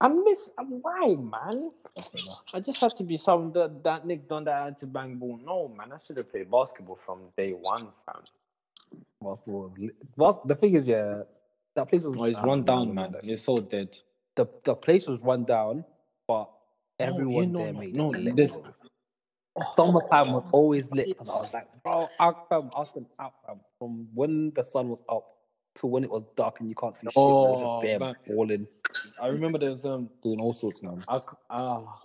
G: I miss why man? I just had to be some that that niggas done that I had to bang ball. No man, I should have played basketball from day one, fam.
C: Basketball was lit. Bas- the thing is, yeah, that place was
G: Oh, it's
C: ah,
G: run
C: nah, I
G: down,
C: don't
G: man.
C: know.
G: It's so dead.
C: The the place was run down, but everyone
G: no,
C: there
G: no,
C: made
G: no,
C: it lit.
G: this-
C: bro. Summertime was always lit because I was like, bro, I fam, I was been out fam, from when the sun was up to when it was dark and you can't see shit. We were just
G: Oh,
C: there
G: man.
C: balling,
G: I remember there was um
C: doing all sorts, man.
G: I, c- ah,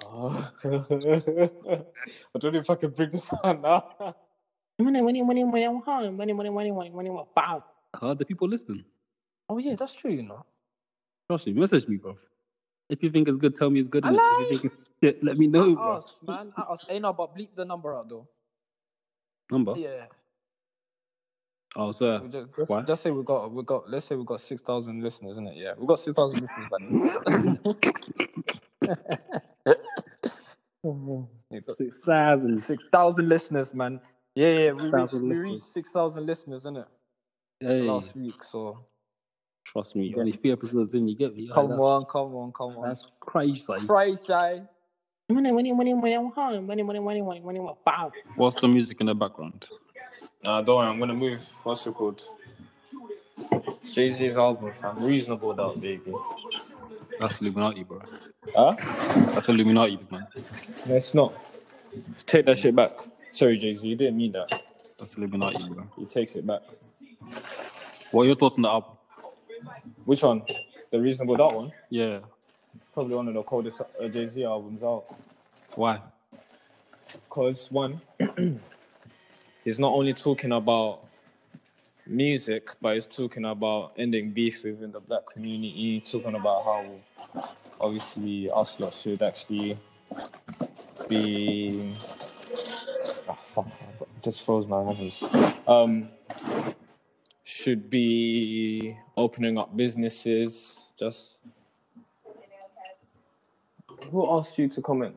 G: I don't know if I can bring this on now. Oh
M: How the people listening?
G: yeah, that's true, you know.
M: Trust me, message me, bro. If you think it's good, tell me it's good.
G: I
M: innit? If you
G: like- Oh,
M: think it's shit, let me know, bro.
G: Us, man. Us. Ain't no, but bleep the number out though.
M: Number.
G: Yeah.
M: Oh, sir.
G: We just, just,
M: Why?
G: just say we got we got let's say we got six thousand listeners, isn't it? Yeah. We got six thousand listeners by now. Yeah, got
M: Six thousand.
G: six thousand listeners, man. Yeah, yeah, we reached,
M: 6,000
G: we
M: listeners.
G: reached six thousand listeners, isn't it? last week. So
C: Trust me, only three episodes in, you get me.
G: come
C: Like,
G: on, come on, come on.
C: That's Christ, like.
G: Christ, Jai.
N: What's the music in the background?
F: Nah, don't worry, I'm gonna move. What's it called? Jay Z's album, fam. Reasonable doubt, baby.
N: That's Illuminati, bro.
F: Huh?
N: That's Illuminati, man.
F: No, it's not. Take that shit back. Sorry, Jay Z, you didn't mean that.
N: That's Illuminati, bro.
F: He takes it back.
N: What are your thoughts on the album?
F: Which one? The Reasonable Doubt one?
N: Yeah.
F: Probably one of the coldest uh, Jay Z albums out.
N: Why?
F: Because, one, he's not only talking about music, but he's talking about ending beef within the black community, talking about how obviously us lot should actually be. Ah fuck, I just froze my memories. Um, should be opening up businesses. Just. Who asked you to comment?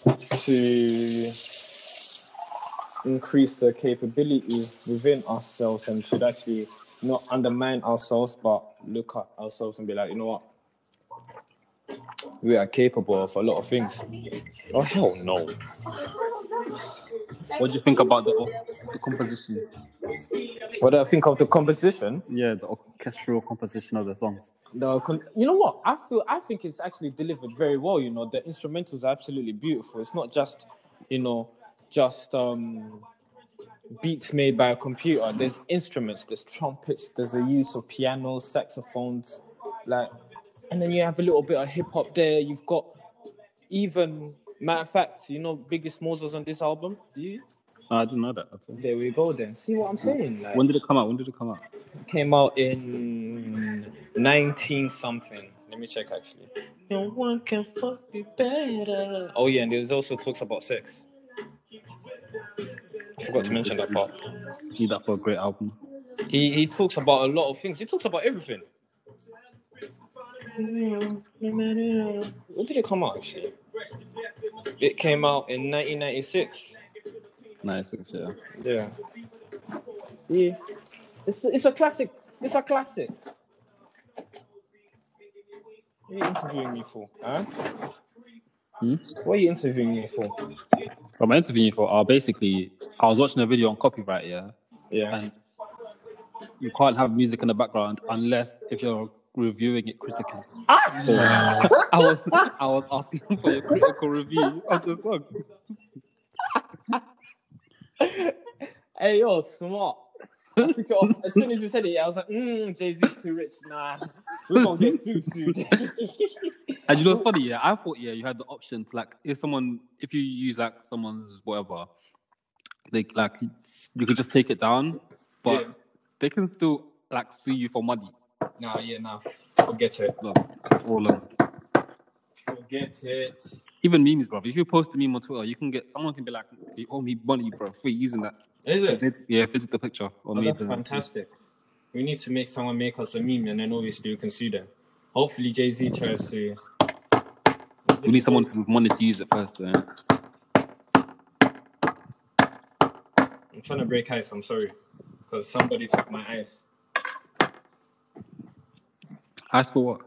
F: to increase the capability within ourselves and should actually not undermine ourselves but look at ourselves and be like, you know what? We are capable of a lot of things. Oh hell no.
N: What do you think about the, the composition?
F: What do I think of the composition?
C: Yeah, the orchestral composition of the songs.
F: The con- you know what? I feel I think it's actually delivered very well, you know. The instrumentals are absolutely beautiful. It's not just, you know, just um beats made by a computer. There's instruments, there's trumpets, there's a use of pianos, saxophones, like, and then you have a little bit of hip hop there. You've got even matter of fact, you know, Biggest Smalls was on this album. Do you?
C: No, I didn't know that at all.
F: There we go then. See what I'm saying? Like,
C: When did it come out? When did it come out?
F: came out in 19 something. Let me check actually. No one can fuck me better. Oh yeah, and there's also talks about sex. I forgot to mention that part.
C: Need that for a great album.
F: He he talks about a lot of things. He talks about everything. When did it come out actually? It came out in 1996.
C: Nice, yeah.
F: Yeah. Yeah. It's it's a classic. It's a classic. What are you interviewing me for? Huh?
C: Hmm?
F: What are you interviewing me for?
C: From my interviewing you for, uh, basically, I was watching a video on copyright, yeah,
F: Yeah.
C: and you can't have music in the background unless if you're reviewing it critically. So
F: Ah!
C: I was I was asking for your critical review of the song.
F: Hey, you're smart. I took it off. As soon as you said it, I was like, mm, Jay Z's too rich. Nah, we're gonna get sued soon.
C: And you know what's funny? Yeah, I thought yeah, you had the option to like if someone if you use like someone's whatever, they like you could just take it down, but
F: Yeah.
C: they can still like sue you for money.
F: nah, yeah, nah. Forget it.
C: Look, it's all over.
F: Forget it.
C: Even memes, bro. If you post a meme on Twitter, you can get someone can be like, "You owe me money, bro, for using that."
F: Is
C: If
F: it?
C: they- Yeah, if they took the picture or
F: Oh,
C: made uh,
F: that's
C: the
F: fantastic. We need to make someone make us a meme, and then obviously we can see them. Hopefully, Jay Z tries to.
C: We need someone to, with money to use it first. Then.
F: I'm trying to break ice. I'm sorry, because somebody took my ice.
C: Ice for what?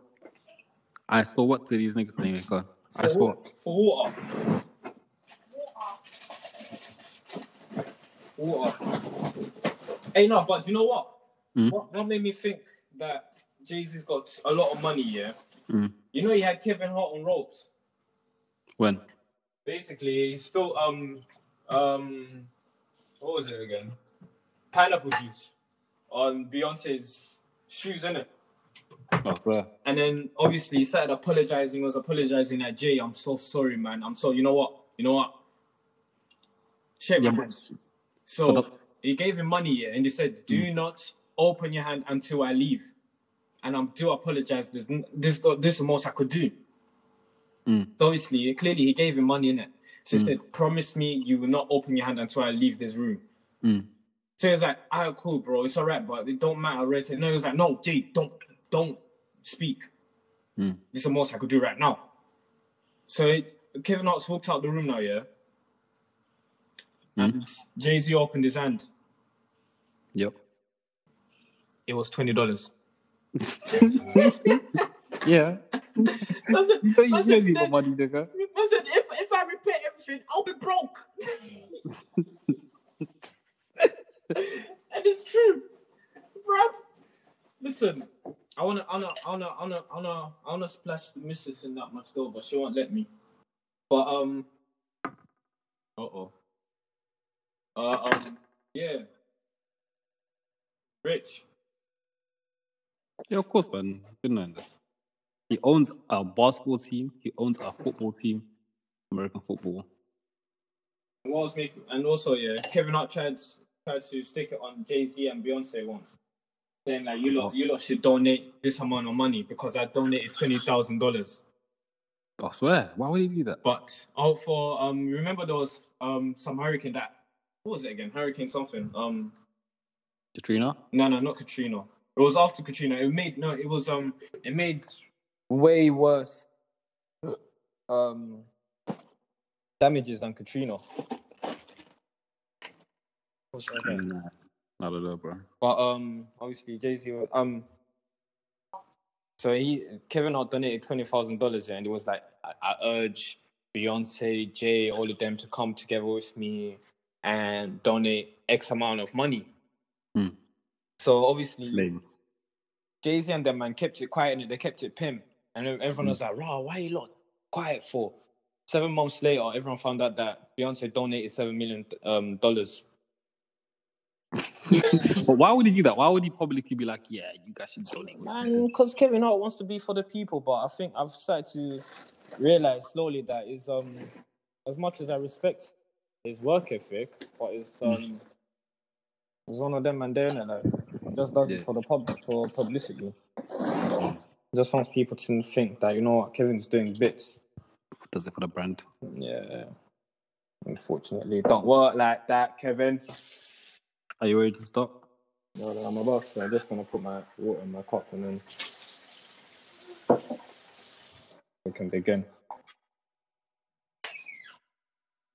C: Ice for what to these niggas anyway? God,
F: For,
C: ice for
F: wa-
C: what?
F: for water. Water. Hey, no, but do you know what?
C: Mm.
F: What, what made me think that Jay Z's got a lot of money? Yeah.
C: Mm.
F: You know, he had Kevin Hart on ropes.
C: When?
F: Basically, he spilled um um what was it again? Pineapple juice on Beyonce's shoes, innit?
C: Oh, bro.
F: And then obviously he started apologizing, was apologizing like Jay, I'm so sorry, man. I'm so you know what? You know what? Shake
C: Yeah,
F: my
C: but,
F: hand. So he gave him money yeah, and he said, Do
C: Mm.
F: not open your hand until I leave. And I'm do apologize. There's n- this this is the most I could do.
C: Mm.
F: So obviously, clearly he gave him money in it. So he said, Promise me you will not open your hand until I leave this room.
C: Mm.
F: So he was like, "Ah, cool, bro. It's all right, but it don't matter." Right? No, he was like, "No, Jay, don't, don't speak.
C: Mm.
F: This is the most I could do right now." So it, Kevin Hart's walked out the room now, yeah. and Jay Z opened his hand.
O: Yep.
F: It was twenty dollars.
O: Yeah.
F: Listen,
O: You thought you
F: listen,
O: said you got money, nigga.
F: listen, if if I repair everything, I'll be broke. and it's true, bruv. Listen, I wanna, I wanna, I wanna, I wanna, I wanna, I wanna splash the missus in that much though, but she won't let me. But um, uh oh, uh um, yeah, rich.
O: Yeah, of course, man. Been knowing this. He owns a basketball team. He owns a football team. American football.
F: What was me? And also, yeah, Kevin Hart tried tried to stick it on Jay Z and Beyonce once, saying like, "You lot, you lot should donate this amount of money because I donated twenty thousand dollars."
O: I swear. Why would he do that?
F: But oh, for um, remember there was um some hurricane that what was it again? Hurricane something. Um,
O: Katrina.
F: no, no, not Katrina. It was after Katrina. It made no. It was um. It made
P: Way worse. Um,
F: damages than Katrina.
O: Nah, I don't know, bro.
F: But um, obviously Jay Z um. So he Kevin Hart donated twenty thousand dollars, and it was like I, I urge Beyonce, Jay, all of them to come together with me and donate X amount of money.
O: Hmm.
F: So obviously
O: Lame.
F: Jay Z and them man kept it quiet and they kept it pimp, and then everyone was like, "Raw, why you lot quiet for?" Seven months later, everyone found out that Beyonce donated seven million um, dollars
O: But why would he do that? Why would he publicly be like, yeah, you guys should donate? with me?
F: Man, because Kevin Hart wants to be for the people, but I think I've started to realize slowly that is um as much as I respect his work ethic, but it's um it's one of them and doing it like just does
C: Yeah.
F: it for the pub for publicity. Just wants people to think that you know what Kevin's doing bits.
O: Does it for the brand?
F: Yeah. Unfortunately, it don't work like that, Kevin.
O: Are you ready to start?
F: Hold on, I'm about to. I'm just gonna put my water in my cup and then we can begin.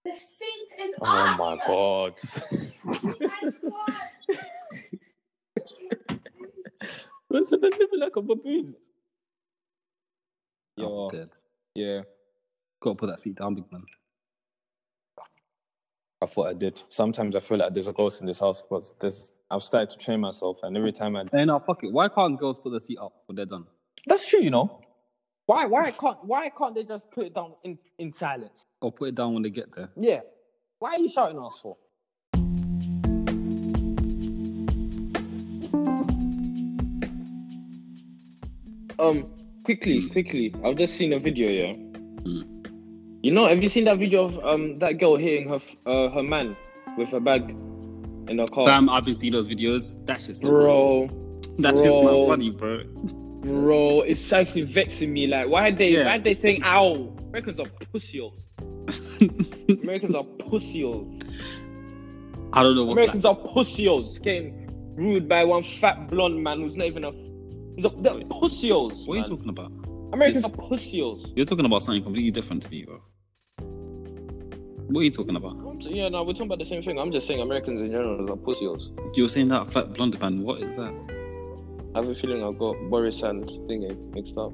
A: The seat is
F: Oh
A: up.
F: my god.
A: Nice one.
F: Listen, it's living like a baboon.
O: Oh,
F: Yo,
O: dead.
F: yeah,
O: Gotta put that seat down, big man.
F: I thought I did. Sometimes I feel like there's a ghost in this house, but this I've started to train myself, and every time I
O: Hey, no, fuck it. Why can't girls put the seat up when they're done?
F: that's true, you know. Why why can't why can't they just put it down in, in silence?
O: Or put it down when they get there?
F: Yeah. Why are you shouting at us for?
B: Um, quickly, quickly. I've just seen a video, yeah. You know, have you seen that video of um that girl hitting her f- uh, her man with a bag in her car?
C: Fam, I've been seeing those videos. That's just not funny.
B: Bro,
C: That's just not
B: bro.
C: funny, bro.
B: bro, it's actually vexing me. Like, why are they
C: Yeah.
B: why are they saying ow? Americans are pussies. Americans are pussies.
C: I don't know what's
B: Americans are pussies. Getting rude by one fat blonde man who's not even a he's a they're pussies.
C: that. What are you
B: man.
C: talking about?
B: Americans are pussies.
C: You're talking about something completely different to me, bro. What are you talking about?
B: I'm t- yeah, no, we're talking about the same thing. I'm just saying Americans in general are pussies.
C: You're saying that fat blonde man. What is that?
B: I have a feeling I got Boris and thingy mixed up.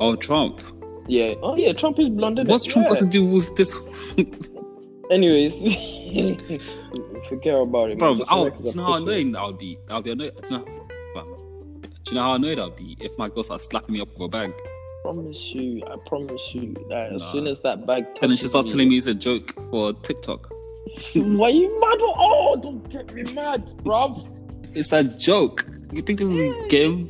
C: Oh, Trump.
B: Yeah. Oh yeah, Trump is blonde. isn't
C: What's
B: it?
C: Trump
B: yeah.
C: got to do with this?
B: Anyways, forget about it, man.
C: bro,
B: Just
C: I'll, do
B: Americans
C: you know
B: are
C: how
B: pussies.
C: annoying I'll be? I'll be annoyed. Do you, know, fam, do you know how annoyed I'll be if my girl starts slapping me up with a bag
B: promise you, I promise you that as
C: Nah.
B: soon as that bag touches
C: and then she starts
B: me,
C: telling me it's a joke for TikTok?
B: why you mad? Oh, don't get me mad, bruv.
C: It's a joke. You think this is a game?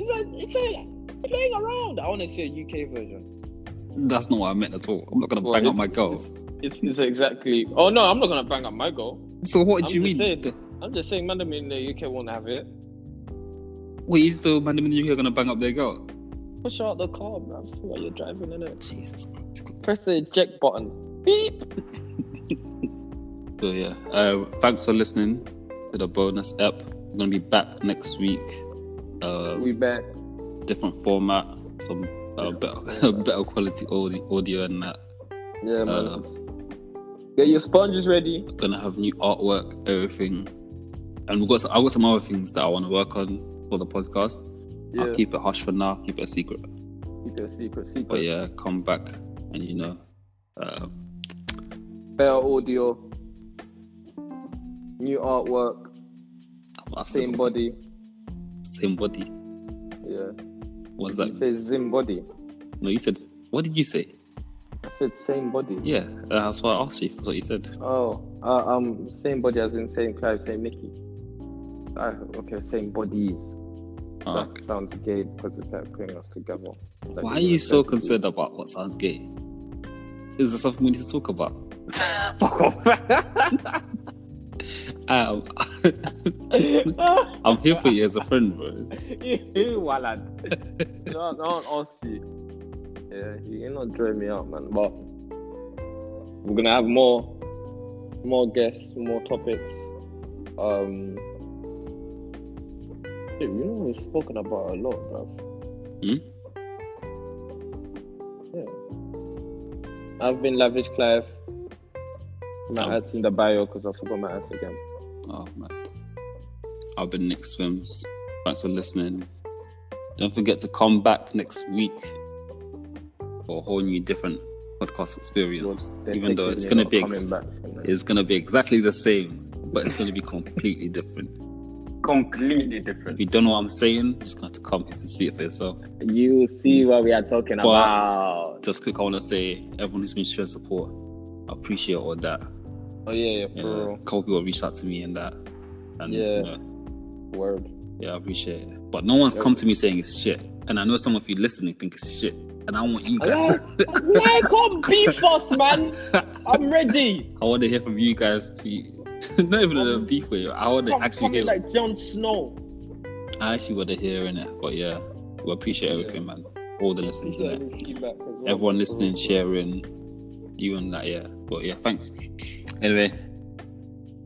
B: It's like, it's like playing around. I want to see a UK version.
C: That's not what I meant at all. I'm not gonna bang up my girl.
B: It's, it's, it's exactly. Oh no, I'm not gonna bang up my girl.
C: So what
B: I'm
C: do you mean?
B: just saying. I'm just saying, man, them in the UK won't have it.
C: Wait, so man, in the UK are gonna bang up their girl?
B: Push out the car, bruv, while you're driving in it.
C: Jesus Christ.
B: Press the eject button. Beep.
C: So yeah, uh, thanks for listening to the bonus app. We're gonna be back next week. Uh,
B: We back.
C: different format, some uh, better, better quality audio, audio and that.
B: Yeah, man.
C: Uh,
B: Get your sponges ready.
C: gonna have new artwork, everything, and we've got some, I've got some other things that I want to work on for the podcast.
B: Yeah.
C: I'll keep it hush for now, keep it a secret.
B: Keep it a secret, secret.
C: But yeah, come back and you know, uh,
B: Better audio. New artwork. Same body.
C: same body.
B: Yeah.
C: What's that?
B: You say same body.
C: No, you said. What did you say?
B: I said same body.
C: Yeah, uh, that's what I asked you. That's what you said.
B: Oh, uh, um, same body as in same Clive, same Nikki. Ah, okay, same bodies.
C: Ah,
B: That sounds gay because it's like putting us together. Like,
C: Why are
B: you know,
C: you so
B: identity.
C: concerned about what sounds gay? Is there something we need to talk about?
B: Fuck off.
C: Um, I'm here for you as a friend, bro.
B: you walad. No, no, honestly. Yeah, you're not drawing me out, man. But we're gonna have more, more guests, more topics. Um, dude, you know we've spoken about a lot, bruv.
C: Hmm?
B: I've been lavish, Clive. My
C: Um,
B: ads in the bio because I forgot my ads again.
C: Oh man. I've been Nick Swims. Thanks for listening. Don't forget to come back next week for a whole new different podcast experience. Even though it's gonna be ex- it's gonna be exactly the same, but it's gonna be completely different.
B: completely
C: If
B: different.
C: you don't know what I'm saying, you're just gonna have to come and see it for yourself.
B: You see what we are talking
C: Mm. But-
B: about.
C: Just quick, I wanna say everyone who's been showing support, I appreciate all that.
B: Oh yeah, yeah,
C: You
B: for
C: know, a
B: real.
C: couple people reached out to me and that, and
B: Yeah.
C: you know,
B: Word.
C: Yeah, I appreciate it. But no one's
B: Yo.
C: come to me saying it's shit. And I know some of you listening think it's shit. And I want you guys to,
B: Man, come beef us, man. I'm ready.
C: I want to hear from you guys to not even in a
B: Um,
C: beef way. I want to
B: Come,
C: actually
B: come
C: hear
B: in like Jon Snow.
C: I actually want to hear in it. But yeah, we appreciate
B: Yeah.
C: everything, man. All the listeners
B: Appreciate
C: innit?
B: any feedback as well.
C: Everyone listening,
B: For real,
C: sharing, you and that, yeah. But yeah, thanks. Anyway,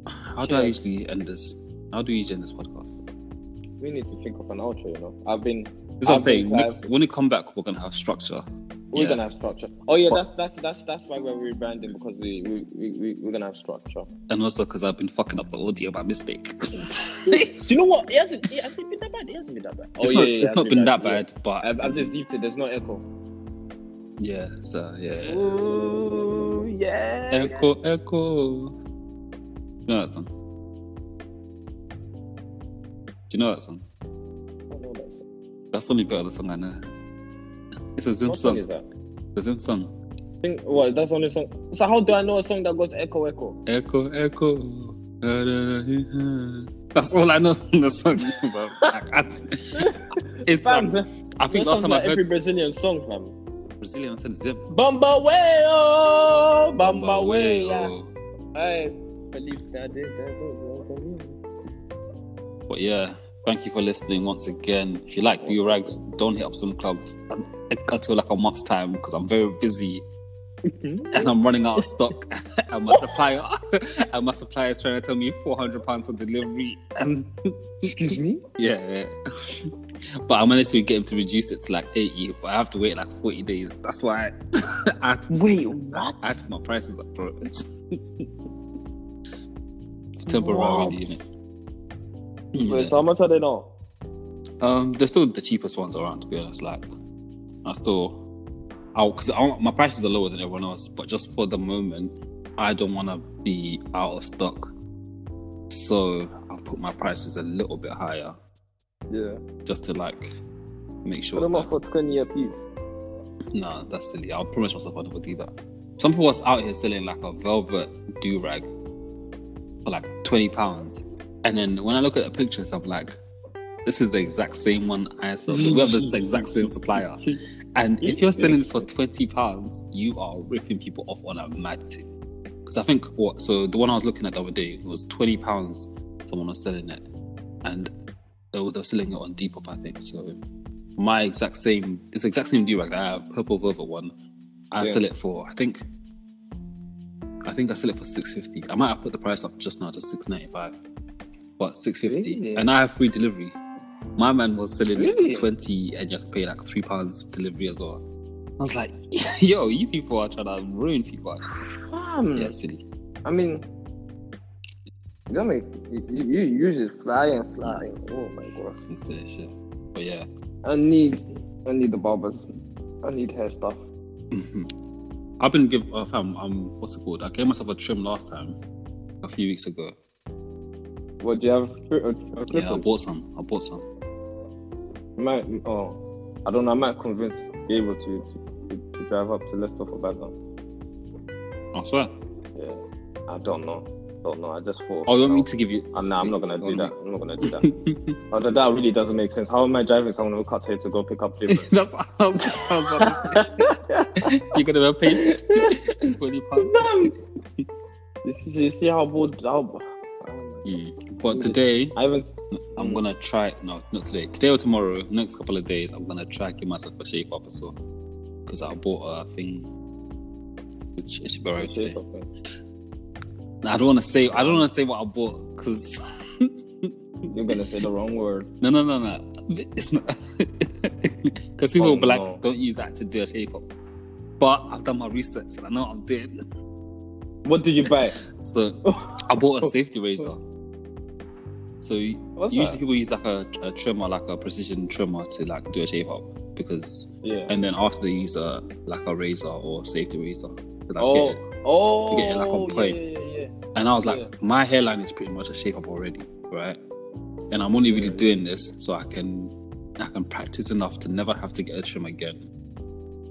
C: how do I
B: Sure.
C: usually end this? How do you usually end this podcast?
B: for real. We need to think of an outro, you know. I've been.
C: That's what I'm
B: I've been
C: saying.
B: Clive.
C: Next, when we come back, we're gonna have structure.
B: We're
C: Yeah.
B: gonna have structure. Oh yeah,
C: But-
B: that's that's that's that's why we're rebranding because we we we we we're gonna have structure.
C: And also because I've been fucking up the audio by mistake.
B: Do you know what? It hasn't it hasn't been that bad. It hasn't been that bad. Oh
C: it's
B: yeah,
C: not,
B: yeah,
C: it's
B: yeah,
C: not
B: I've
C: been that
B: yeah.
C: bad, but
B: I've, I've just deeped it. There's no echo.
C: yeah, so yeah.
B: Ooh, yeah.
C: Echo, echo. Do you know that song? Do you know that song?
B: I don't know that song.
C: That's only better the song I know. It's a Zim
B: What song is that?
C: song. It's a Zim song.
B: Sing, well, that's the only song. So how do I know a song that goes echo echo?
C: Echo, echo. That's all I know in the song, bro. I can't- it's
B: Fam,
C: um,
B: that
C: I think last
B: sounds
C: time
B: like
C: I heard
B: every Brazilian song, fam.
C: Brazilian, I said Zim.
B: Bamba way, oh, bamba
C: Bamba
B: way, yeah.
C: Weo.
B: Hey, Feliz Dia de- de- de- de-
C: But yeah, thank you for listening once again. If you like do rags, don't hit up some club until like a month's time because I'm very busy
B: Mm-hmm.
C: and I'm running out of stock. and my supplier, and my supplier is trying to tell me 400 pounds for delivery. And
B: Excuse me.
C: yeah, but I managed to get him to reduce it to like 80. But I have to wait like 40 days. That's why I, I had to
B: Wait, what?
C: I had to put my prices up, bro. Temporarily, innit?
B: Wait,
C: Yeah.
B: so how much are they now?
C: Um, they're still the cheapest ones around, to be honest. Like, I still, I because my prices are lower than everyone else, but just for the moment, I don't want to be out of stock, so I've put my prices a little bit higher
B: Yeah.
C: just to like make
B: Put
C: sure.
B: them up for
C: That,
B: 20 a piece.
C: nah, that's silly. I'll promise myself I never do that. Some people are out here selling like a velvet do rag for like twenty pounds, and then when I look at the pictures, I'm like. This is the exact same one I sold. We have the exact same supplier. And if you're selling this for twenty pounds, you are ripping people off on a mad thing. Because I think what so the one I was looking at the other day was twenty pounds. Someone was selling it, and they were, they were selling it on Depop, I think. So my exact same, it's the exact same do rag that I have, purple velvet one. I
B: Yeah.
C: sell it for I think, I think I sell it for six fifty. I might have put the price up just now to six ninety five, but six fifty,
B: Really?
C: and I have free delivery. My man was selling
B: Really?
C: it for twenty, and you have to pay like three pounds delivery as well. I was like, yo, you people are trying to ruin people.
B: Fam.
C: Yeah, silly.
B: I mean, you make you you, you just flying, flying. Oh my god.
C: It's that shit. But yeah.
B: I need I need the barbers. I need hair stuff.
C: I've been give uh, fam um what's it called? I gave myself a trim last time, a few weeks ago.
B: What do you have? A, a, a
C: Yeah, I bought some. I bought some.
B: might oh, I don't know. I might convince Gabriel to to, to drive up to lift off a bad
C: I swear.
B: Yeah, I don't know. Don't know. I just thought.
C: Oh, you want me to give you?
B: Uh, nah, I'm not gonna do
C: Don't
B: that.
C: make-
B: I'm not gonna do that. oh, that, that really doesn't make sense. How am I driving someone who cuts hair to go pick up Gabriel?
C: That's what I was, I was about to say. You're gonna pay twenty pounds.
B: you, see, you see how bored? How,
C: Mm. But today,
B: I haven't.
C: I'm gonna try. No, not today. Today or tomorrow, next couple of days, I'm gonna try give myself a shape up as well. Because I bought a thing. Which it should be alright today. Nah, I don't want to say. I don't want to say what I bought because
B: You're gonna say the wrong word.
C: no, no, no, no. It's not because people
B: Oh,
C: will be like,
B: no.
C: don't use that to do a shape up. But I've done my research and I know what I'm doing.
B: What did you buy?
C: So I bought a safety razor. So
B: What's
C: usually
B: that?
C: people use like a, a trimmer, like a precision trimmer, to like do a shape up because,
B: Yeah.
C: and then after they use a like a razor or safety razor, to like
B: oh,
C: get it.
B: oh,
C: get it, like, on point.
B: yeah, yeah, yeah.
C: and I was like,
B: Yeah.
C: my hairline is pretty much a shape up already, right? And I'm only really doing this so I can I can practice enough to never have to get a trim again.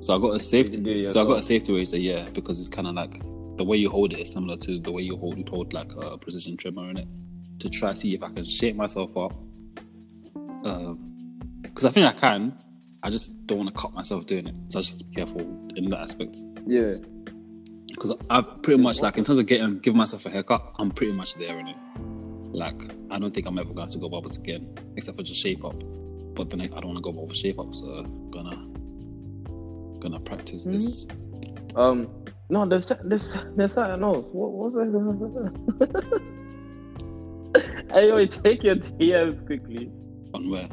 C: So I got a
B: can do it
C: safety. So I got a
B: yourself.
C: safety razor, yeah, because it's kind of like the way you hold it is similar to the way you hold you hold like a precision trimmer in it to try to see if I can shape myself up. Because I think I can. I just don't want to cut myself doing it. So I just have to be careful in that aspect.
B: Yeah.
C: Because I've pretty much like in terms of getting giving myself a haircut, I'm pretty much there in it. Like I don't think I'm ever going to go barbers again, except for just shape up. But then I I don't want to go barber shape up, so I'm gonna gonna practice this.
B: Um, no, there's there's there's something else. What was it? anyway, take your DMs quickly
C: On where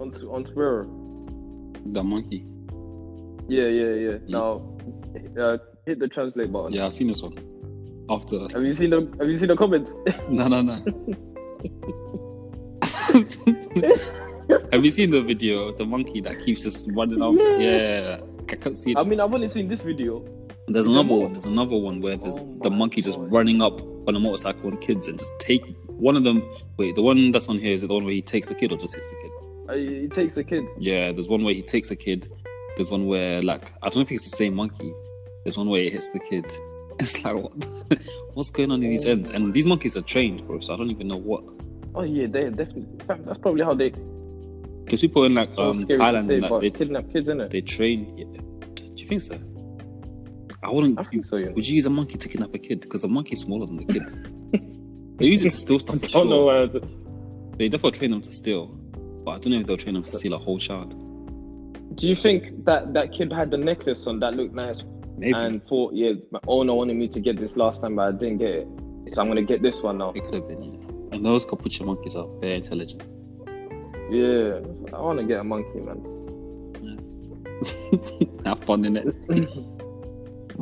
B: onto on Twitter.
C: the monkey?
B: Yeah, yeah, yeah. Now, uh, hit the translate button.
C: Yeah, I've seen this one. After
B: Have you seen the Have you seen the comments?
C: no no no. Have you seen the video of the monkey that keeps just running off?
B: Yeah.
C: Yeah, I can't see.
B: I
C: That.
B: mean, I've only seen this video.
C: There's
B: Is there
C: another
B: more?
C: one. There's another one where there's
B: Oh
C: the
B: my
C: monkey just
B: God.
C: running up on a motorcycle on kids and just take one of them. Wait, the one that's on here is it the one where he takes the kid or just hits the kid?
B: Uh, It takes a kid.
C: Yeah, there's one where he takes a kid. There's one where like I don't know if it's the same monkey. There's one where he hits the kid. It's like what, what's going on in these ends? And these monkeys are trained, bro. So I don't even know what.
B: Oh yeah, they definitely. in fact, That's probably how they.
C: Because people in like
B: So
C: um,
B: scary to
C: Thailand
B: say,
C: and that
B: but
C: they
B: kidnap kids, innit?
C: they train. Yeah. Do you think so? I wouldn't.
B: I think so. You know.
C: Would you use a monkey to kidnap a kid? Because the monkey's smaller than the kid. they use it to steal stuff for
B: Oh
C: sure.
B: no, uh, th-
C: They definitely train them to steal, but I don't know if they'll train them to steal a whole child.
B: do you think that that kid had the necklace on that looked nice
C: Maybe
B: and thought, yeah, my owner wanted me to get this last time, but I didn't get it, so I'm gonna get this one now.
C: it could have been. Yeah. And those capuchin monkeys are very intelligent.
B: Yeah, I want to get a monkey, man.
C: have fun in it.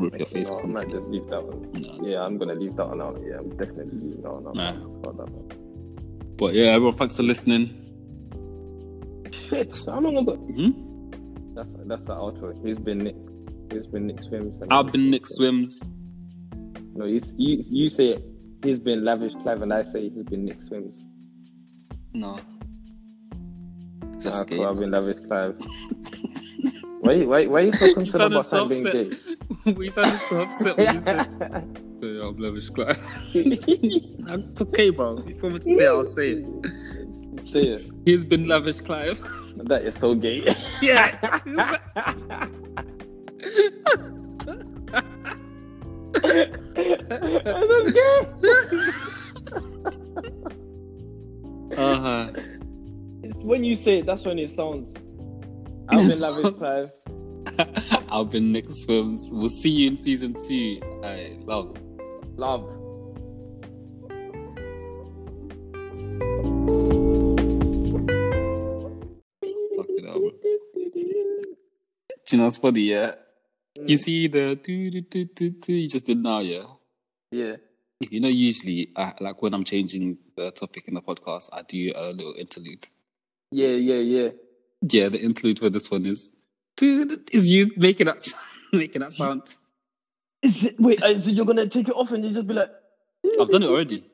C: Rip your face.
B: No, I might
C: completely.
B: just leave that one.
C: No.
B: Yeah, I'm gonna leave that one out. Yeah, I'm definitely leaving that one out.
C: Nah.
B: Fuck that one.
C: But yeah, everyone, thanks for listening.
B: Shit, how long ago?
C: Hmm?
B: That's that's the outro. He's been Nick. He's been Nick Swims. and-
C: I've been Nick Swims.
B: No, you s- you you say it. he's been lavish Clive, and I say he's been Nick Swims.
C: No. Just
B: Ah,
C: gay.
B: cool, I've been lavish Clive. why why why are you so
C: You
B: concerned
C: sounded
B: about
C: so
B: him being gay?
C: upset. we sounded so upset when you said, yeah, I'm lavish class. it's okay, bro. If you want me to say it, I'll say it.
B: Say it.
C: He's been lavish Clive.
B: That is so gay.
C: yeah. Uh-huh.
B: That's gay.
C: Uh huh.
B: It's when you say it, that's when it sounds. I've been lavish Clive.
C: I've been Nick Swims. We'll see you in season two. I love.
B: Love.
C: Fucking hell, bro. Do you know what's funny? Yeah, you see the do do do do do. You just did now, yeah. Yeah. You know, usually, I, like when I'm changing the topic in the podcast, I do a little interlude.
B: Yeah, yeah, yeah.
C: Yeah, the interlude for this one is dude, is you making that sound- making that sound.
B: Is it, wait, uh, so you're gonna take it off and you just be like,
C: I've done it already.